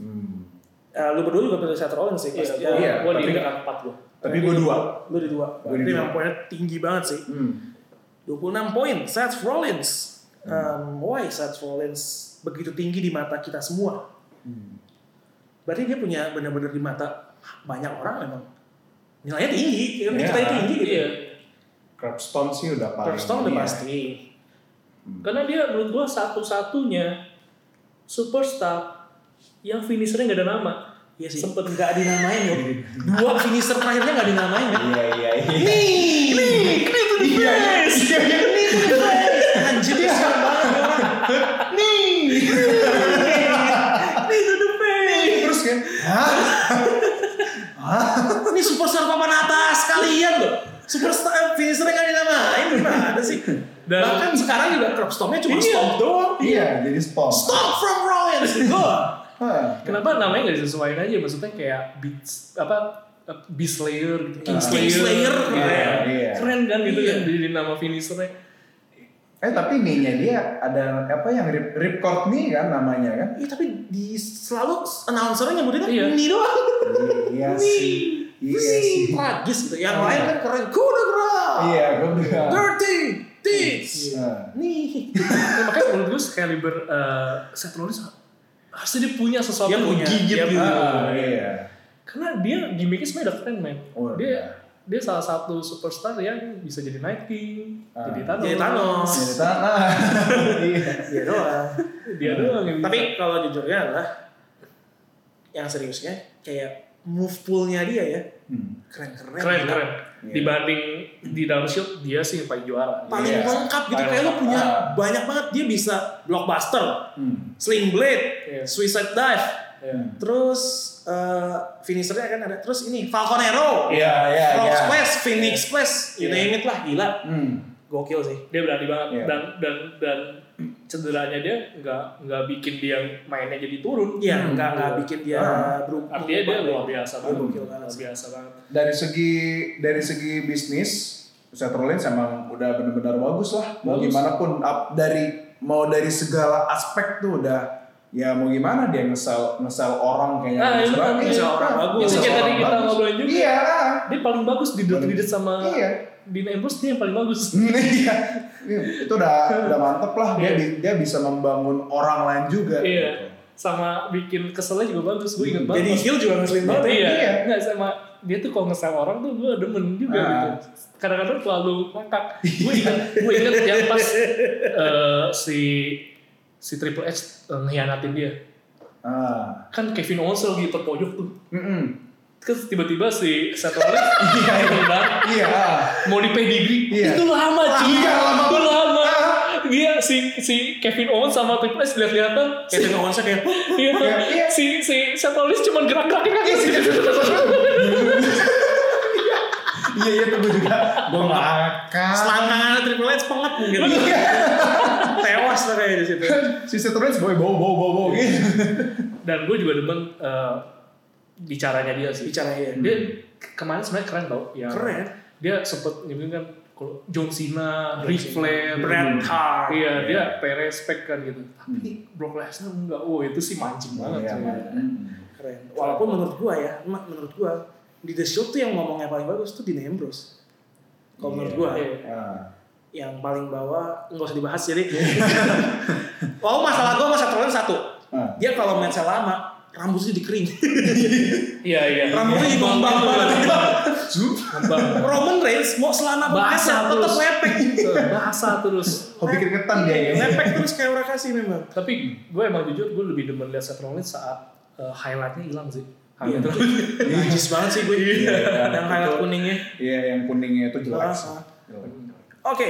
S3: Hmm.
S1: Eh, lu berdua juga pilih Seth Rollins sih. pasti.
S2: Iya,
S3: Iya,
S2: gue di
S3: tapi-
S2: peringkat empat gue.
S3: Tapi gue dua.
S1: Lu di dua.
S3: Gua di
S1: Tapi
S3: dua.
S1: memang poinnya tinggi banget sih.
S3: Hmm.
S1: 26 poin, Seth Rollins. Um, why Seth Rollins begitu tinggi di mata kita semua?
S3: Hmm.
S1: Berarti dia punya benar-benar di mata banyak orang memang nilainya tinggi,
S3: Iya.
S1: kita tinggi gitu.
S2: Iya,
S3: Crabstone sih udah paling.
S1: First udah
S3: iya.
S1: pasti.
S2: karena dia menurut gue satu-satunya superstar yang finishernya nggak ada nama.
S1: Iya sih.
S2: Sempet.
S1: nggak dinamain yo. Dua finisher terakhirnya nggak dinamain ya.
S3: Iya iya iya.
S1: Nih, nih, nih tuh di
S3: Iya, iya,
S1: face.
S3: iya, iya.
S1: Nih tuh di face. Anjir dia serem banget ya orang. [LAUGHS] Nih, nih tuh di face.
S3: Terus kan? Hah?
S1: Ini superstar papan atas kalian loh. Superstar eh, finishernya nggak dinamain gimana sih?
S2: Dan-
S1: Bahkan sekarang juga crop stormnya cuma
S2: Iya.
S1: stop doang.
S3: Iya, jadi spon.
S1: Stop from Rollins. Go.
S3: Hah.
S2: Kenapa namanya nggak disesuaikan aja? Maksudnya kayak beats apa eh, Beast Slayer, gitu. King
S1: Ah.
S2: Slayer,
S1: Slayer,
S2: gitu.
S1: iya,
S3: iya.
S2: keren kan gitu
S1: Iya.
S2: kan jadi nama finishernya.
S3: Eh tapi nih-nya dia ada apa yang rip ripcord nih kan namanya kan?
S1: Iya tapi di selalu announcernya nyebutinnya
S2: Iya.
S1: ini doang.
S3: Iya sih. Iya sih.
S1: Pusing, tragis gitu. Yang
S3: Iya.
S1: lain kan keren. Kuda gerak.
S3: Iya, gue bilang.
S1: Dirty deeds.
S3: Iya.
S1: Nih.
S2: Nah, makanya menurut gue Excalibur eh Seth Rollins harusnya dia punya sesuatu
S1: Dia
S2: yang
S1: punya,
S2: gigit
S1: dia
S2: gitu.
S3: Ah, iya.
S2: Karena dia gimmicknya sebenarnya udah keren man.
S3: Oh,
S2: dia
S3: iya.
S2: dia salah satu superstar yang bisa jadi Night King,
S3: Ah.
S2: jadi Thanos.
S1: Jadi Thanos.
S3: Jadi tanah. Iya.
S1: Iya doang.
S2: [LAUGHS] Dia doang yang bisa.
S1: Tapi kalau jujurnya adalah yang seriusnya kayak move poolnya dia ya
S3: Hmm.
S1: keren keren.
S2: keren keren.
S3: Iya.
S2: Dibanding di dalam shield dia sih yang paling juara.
S1: Paling
S3: Iya.
S1: lengkap gitu
S2: Paling
S1: kayak lo
S2: lengkap.
S1: punya
S3: Ah.
S1: banyak banget dia bisa blockbuster,
S3: Hmm.
S1: sling blade,
S2: Iya.
S1: suicide dive,
S2: Iya.
S1: terus eh, finishernya kan ada terus ini Falcon Arrow,
S3: Iya, iya,
S1: Frog
S3: iya.
S1: Splash, Phoenix Splash, you
S2: Iya.
S1: name it lah gila.
S3: Hmm.
S1: gokil sih.
S2: dia berani banget
S3: Iya.
S2: dan dan dan cederanya dia nggak nggak bikin dia mainnya jadi turun
S1: Iya, nggak nggak
S2: iya.
S1: bikin dia
S3: Hmm. Ah.
S1: berubah.
S2: artinya dia luar biasa
S1: Dia
S2: banget
S1: gokil banget
S2: luar
S1: sih.
S2: biasa banget
S3: dari segi dari segi bisnis Sutherland emang udah benar-benar bagus lah mau
S2: Bagus.
S3: gimana pun ap- dari mau dari segala aspek tuh udah ya mau gimana dia ngesel ngesel orang kayaknya
S2: Ah,
S3: bagus
S2: iya,
S3: banget.
S2: ngesel
S3: Iya,
S1: orang bagus.
S3: ngesel
S1: Yang kayak
S2: tadi
S3: orang
S2: kita
S3: bagus.
S2: ngobrolin juga.
S3: iya ah.
S2: dia paling bagus di Dirty
S3: Paling-
S2: Deeds sama
S3: iya
S2: Dean Ambrose dia yang paling bagus
S3: Hmm, [LAUGHS] iya itu udah udah mantep lah dia di- dia bisa membangun orang lain juga gitu.
S2: Iya. sama bikin keselnya juga bagus gue inget banget
S1: Jadi heel juga ngeselin banget.
S2: iya,
S3: Iya.
S2: nggak sama dia tuh kalau ngesel orang tuh gue demen juga
S3: Ah.
S2: gitu. Kadang-kadang terlalu ngakak. Gue inget, gue inget yang pas eh, si si Triple H eh, ngehianatin dia.
S3: ah
S2: Kan Kevin Owens lagi terpojok tuh.
S3: Mm-mm.
S2: Terus tiba-tiba si Seth Rollins bilang,
S3: iya ah.
S2: mau di pedigree.
S3: Iya.
S2: Itu lama cuy.
S3: Iya, lama
S2: Itu
S3: banget.
S2: lama.
S3: Ah.
S2: Dia si si Kevin Owens sama Triple H lihat-lihatan.
S1: Si Owensnya
S3: [LAUGHS]
S1: kayak
S2: Iya.
S3: Iya.
S2: Si si Seth Rollins cuma gerak-gerakin kaki. [LAUGHS]
S3: iya iya tuh gue juga gue makan
S1: selangkangan Triple H penget mungkin.
S3: Iya.
S1: Tewas lah kayak di situ.
S3: si Sutherland boy bow bow bow bow gitu
S2: dan gue juga demen eh, bicaranya dia sih
S1: Bicara ya.
S2: dia ke- kemarin sebenarnya keren tau ya
S1: Keren.
S2: dia sempet nyebutin kan kalau John Cena,
S1: John
S2: Ric
S1: Cena.
S2: Flair,
S1: Bret Hart.
S2: iya
S3: Hmm. Iya.
S2: dia pay respect kan gitu. Tapi
S1: Hmm.
S2: Brock Lesnar enggak, oh itu sih mancing
S3: Iya,
S2: banget. sih.
S3: makan.
S1: Keren. Walaupun menurut gua ya, emak, menurut gua di The Shield tuh yang ngomongnya paling bagus tuh Dean Ambrose. Kalau menurut gua
S2: Iya.
S3: Ah.
S1: yang paling bawah nggak usah dibahas jadi.
S2: Iya.
S1: [LAUGHS] oh masalah gua sama Seth Rollins satu.
S3: Ah.
S1: Dia kalau main sel lama rambutnya jadi kering.
S2: Iya iya.
S1: rambutnya jadi ngembang banget.
S3: Zoom.
S2: Ngembang.
S1: Roman Reigns mau selama basah tetap
S2: Basah terus. Iya,
S1: lepek.
S2: Bahasa terus.
S3: hobi kriketan dia
S2: iya.
S3: ya
S1: Lepek terus kayak urat kasih memang.
S2: Tapi gue emang jujur gue lebih demen lihat Seth Rollins saat eh, highlightnya hilang sih.
S1: Iya.
S2: Highlight
S1: Najis banget sih gue.
S2: Iya.
S1: Yang highlight kuningnya.
S3: iya yang kuningnya itu jelek
S1: Ah, ah.
S2: Iya.
S1: Oke,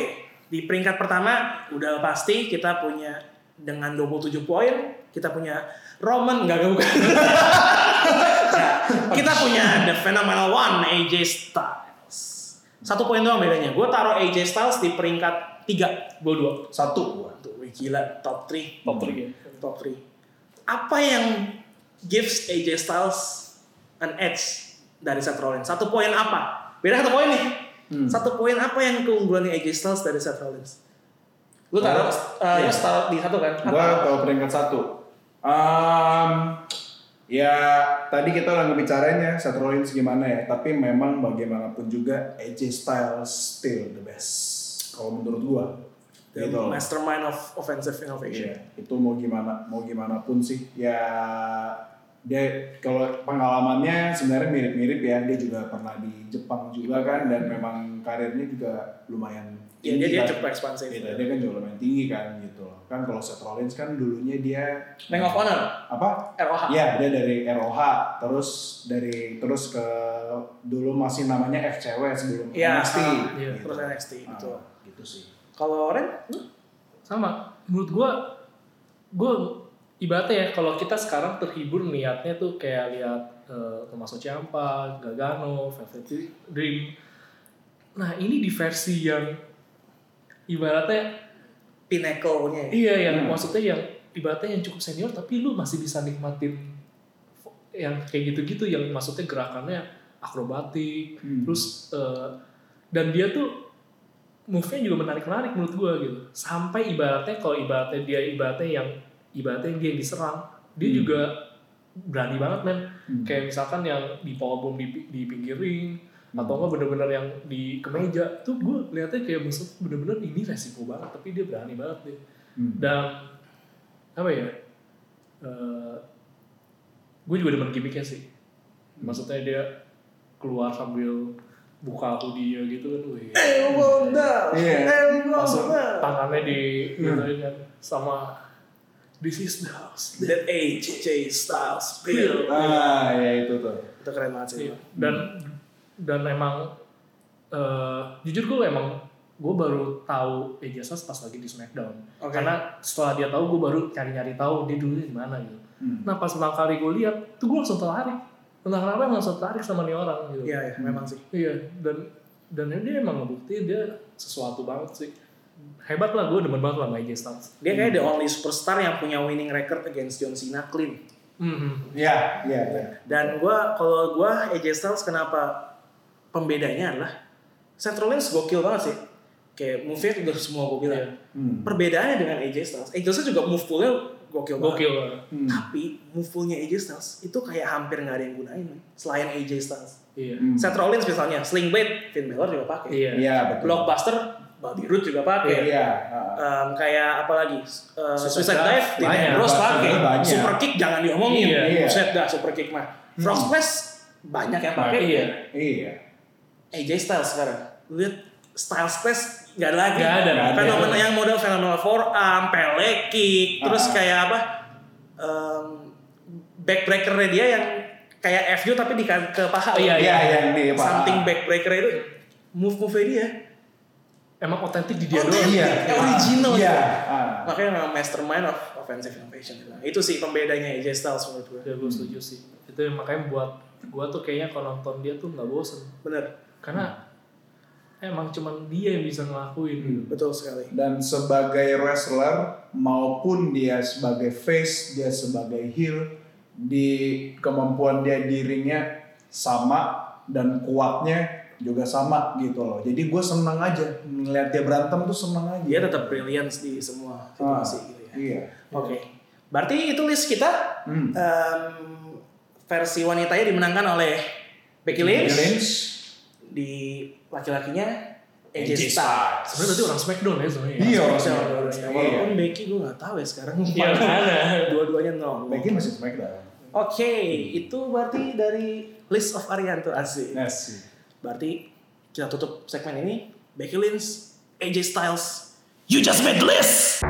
S1: di peringkat pertama udah pasti kita punya dengan 27 poin, kita punya Roman enggak [LAUGHS] enggak bukan. Nah, kita punya The Phenomenal One AJ Styles. Satu poin doang bedanya. Gue taruh AJ Styles di peringkat 3.
S2: gue dua
S3: satu gua
S1: Tuh, wih, gila top 3,
S2: top three ya.
S1: top 3. Apa yang gives AJ Styles an edge dari Seth Rollins? Satu poin apa? Beda satu poin nih.
S3: Hmm.
S1: Satu poin apa yang keunggulannya AJ Styles dari Seth Rollins? Lu taruh
S3: Oh,
S1: uh,
S3: iya.
S1: Styles di satu kan?
S3: gua tahu peringkat satu Em, ya tadi kita udah ngebicarainnya Seth Rollins gimana ya tapi memang bagaimanapun juga AJ Styles still the best kalau menurut gua
S1: The
S3: Gitu.
S1: mastermind of offensive innovation.
S3: Iya, itu mau gimana mau gimana pun sih ya dia kalau pengalamannya sebenarnya mirip-mirip ya dia juga pernah di Jepang juga kan dan memang karirnya juga lumayan
S1: Ya, dia
S3: tinggi
S1: dia
S3: kan.
S1: cukup ekspansif.
S3: Iya, dia kan juga lumayan tinggi kan gitu loh. Kan kalau Seth Rollins kan dulunya dia
S1: Ring of Honor,
S3: apa?
S1: ROH.
S3: Iya, dia dari ROH terus dari terus ke dulu masih namanya FCW sebelum
S1: Iya,
S3: NXT.
S1: ah,
S2: iya,
S1: terus NXT,
S3: Ah,
S1: betul.
S3: Gitu sih.
S1: Kalau Ren, lu?
S2: sama menurut gua gua ibaratnya ya kalau kita sekarang terhibur niatnya tuh kayak lihat eh, Tommaso Ciampa, Gargano, Velvet Dream. Nah ini di versi yang ibaratnya
S1: pinnacle-nya.
S2: iya yang
S3: Hmm.
S2: maksudnya yang ibaratnya yang cukup senior tapi lu masih bisa nikmatin yang kayak gitu-gitu yang maksudnya gerakannya akrobatik
S3: Hmm.
S2: terus eh, dan dia tuh move-nya juga menarik-menarik menurut gua gitu sampai ibaratnya kalau ibaratnya dia ibaratnya yang ibaratnya dia yang diserang dia
S3: Hmm.
S2: juga berani banget men
S3: Hmm.
S2: kayak misalkan yang di powerbomb di, pi- di pinggir ring
S3: Hmm.
S2: atau enggak bener-bener yang di kemeja tuh gua liatnya kayak maksud bener-bener ini resiko banget tapi dia berani banget deh
S3: Hmm.
S2: dan apa ya eh, gue juga demen gimmicknya sih maksudnya dia keluar sambil buka hoodie dia gitu kan wih.
S1: Elbow down,
S3: Iya.
S1: elbow
S2: langsung
S1: down.
S2: tangannya di gitu kan sama this is the house
S1: That AJ Styles feel.
S3: Ah, ya itu tuh.
S1: Itu keren banget sih.
S2: Iya. dan dan emang eh, jujur gue emang gue baru tahu AJ Styles pas lagi di Smackdown
S1: Oke.
S2: karena setelah dia tahu gue baru cari-cari tahu dia dulu di mana gitu
S3: Hmm.
S2: Nah pas pertama kali gue lihat
S3: Iya.
S2: tuh gue langsung tertarik. Entah kenapa emang langsung tertarik sama nih orang gitu.
S1: Iya, iya, memang sih.
S2: Iya dan dan dia emang ngebuktiin dia sesuatu banget sih hebat lah gue demen banget lah sama AJ Styles
S1: Dia kayak the
S3: Hmm.
S1: only superstar yang punya winning record against John Cena clean.
S2: Mhm.
S3: Iya, iya, iya.
S1: Dan gua kalau gua AJ Styles kenapa pembedanya adalah Central Links gokil banget sih. Kayak move-nya udah semua gua bilang.
S3: Hmm.
S1: Perbedaannya dengan AJ Styles, AJ Styles juga move pool-nya gokil banget.
S2: gokil lah
S3: Hmm.
S1: Tapi move pool-nya AJ Styles itu kayak hampir nggak ada yang gunain men. selain AJ Styles.
S2: iya
S3: Hmm.
S1: Seth Rollins misalnya, Sling Blade, Finn Balor juga pakai.
S2: iya
S3: Iya, betul.
S1: Blockbuster, Bobby Roode juga pakai.
S3: Iya, heeh.
S1: Em, kayak apa lagi Eh,
S3: Suicide
S1: suicide dive
S3: Dive,
S1: Dean
S3: banyak,
S1: Ambrose
S3: banyak,
S1: pakai
S3: banyak.
S1: super kick jangan diomongin
S2: Iya, Hmm.
S3: iya.
S1: buset dah super kick mah frog splash banyak yang pakai
S2: iya
S3: Iya.
S1: AJ Styles sekarang Lu lihat style splash nggak ada lagi
S2: Nggak ada, nggak
S3: ada.
S1: fenomena yang model fenomena forearm pele kick terus
S3: Ah.
S1: kayak apa em, backbreakernya dia yang kayak FU tapi di ke ke paha
S2: Iya,
S1: loh.
S3: Iya, yang di Pak.
S1: something backbreaker itu move move dia
S2: emang otentik di dia
S1: Otentik.
S2: doang
S3: Iya.
S1: Yang original
S3: Iya.
S1: gitu.
S3: heeh.
S1: makanya memang mastermind of offensive innovation Nah, itu sih pembedanya AJ Styles menurut gue
S2: ya gue setuju sih itu yang makanya buat gue tuh kayaknya kalau nonton dia tuh nggak bosen
S1: bener
S2: karena
S3: Hmm.
S2: emang cuman dia yang bisa ngelakuin gitu
S1: betul sekali
S3: Dan sebagai wrestler maupun dia sebagai face, dia sebagai heel, di kemampuan dia di ringnya sama dan kuatnya juga sama gitu loh. Jadi gue seneng aja ngeliat dia berantem tuh seneng aja.
S1: dia tetap brilliance di semua
S3: Ah,
S1: situasi gitu ya
S3: Iya.
S1: oke berarti itu list kita
S3: Hmm.
S1: Em, versi wanitanya dimenangkan oleh Becky Lynch,
S3: Lynch.
S1: di laki-lakinya AJ,
S3: AJ
S1: Styles
S2: sebenarnya berarti orang Smackdown ya sebenarnya ya?
S3: Iya.
S1: Styles, Styles. walaupun Becky gue gak tahu ya sekarang
S2: Iya, mana?
S1: [LAUGHS] dua-duanya nol oke
S3: Becky masih Smackdown.
S1: Iya. itu berarti dari list of Arianto
S3: Nah,
S1: asik
S3: Yes.
S1: Berarti kita tutup segmen ini. Becky Lynch, AJ Styles, you just made the list.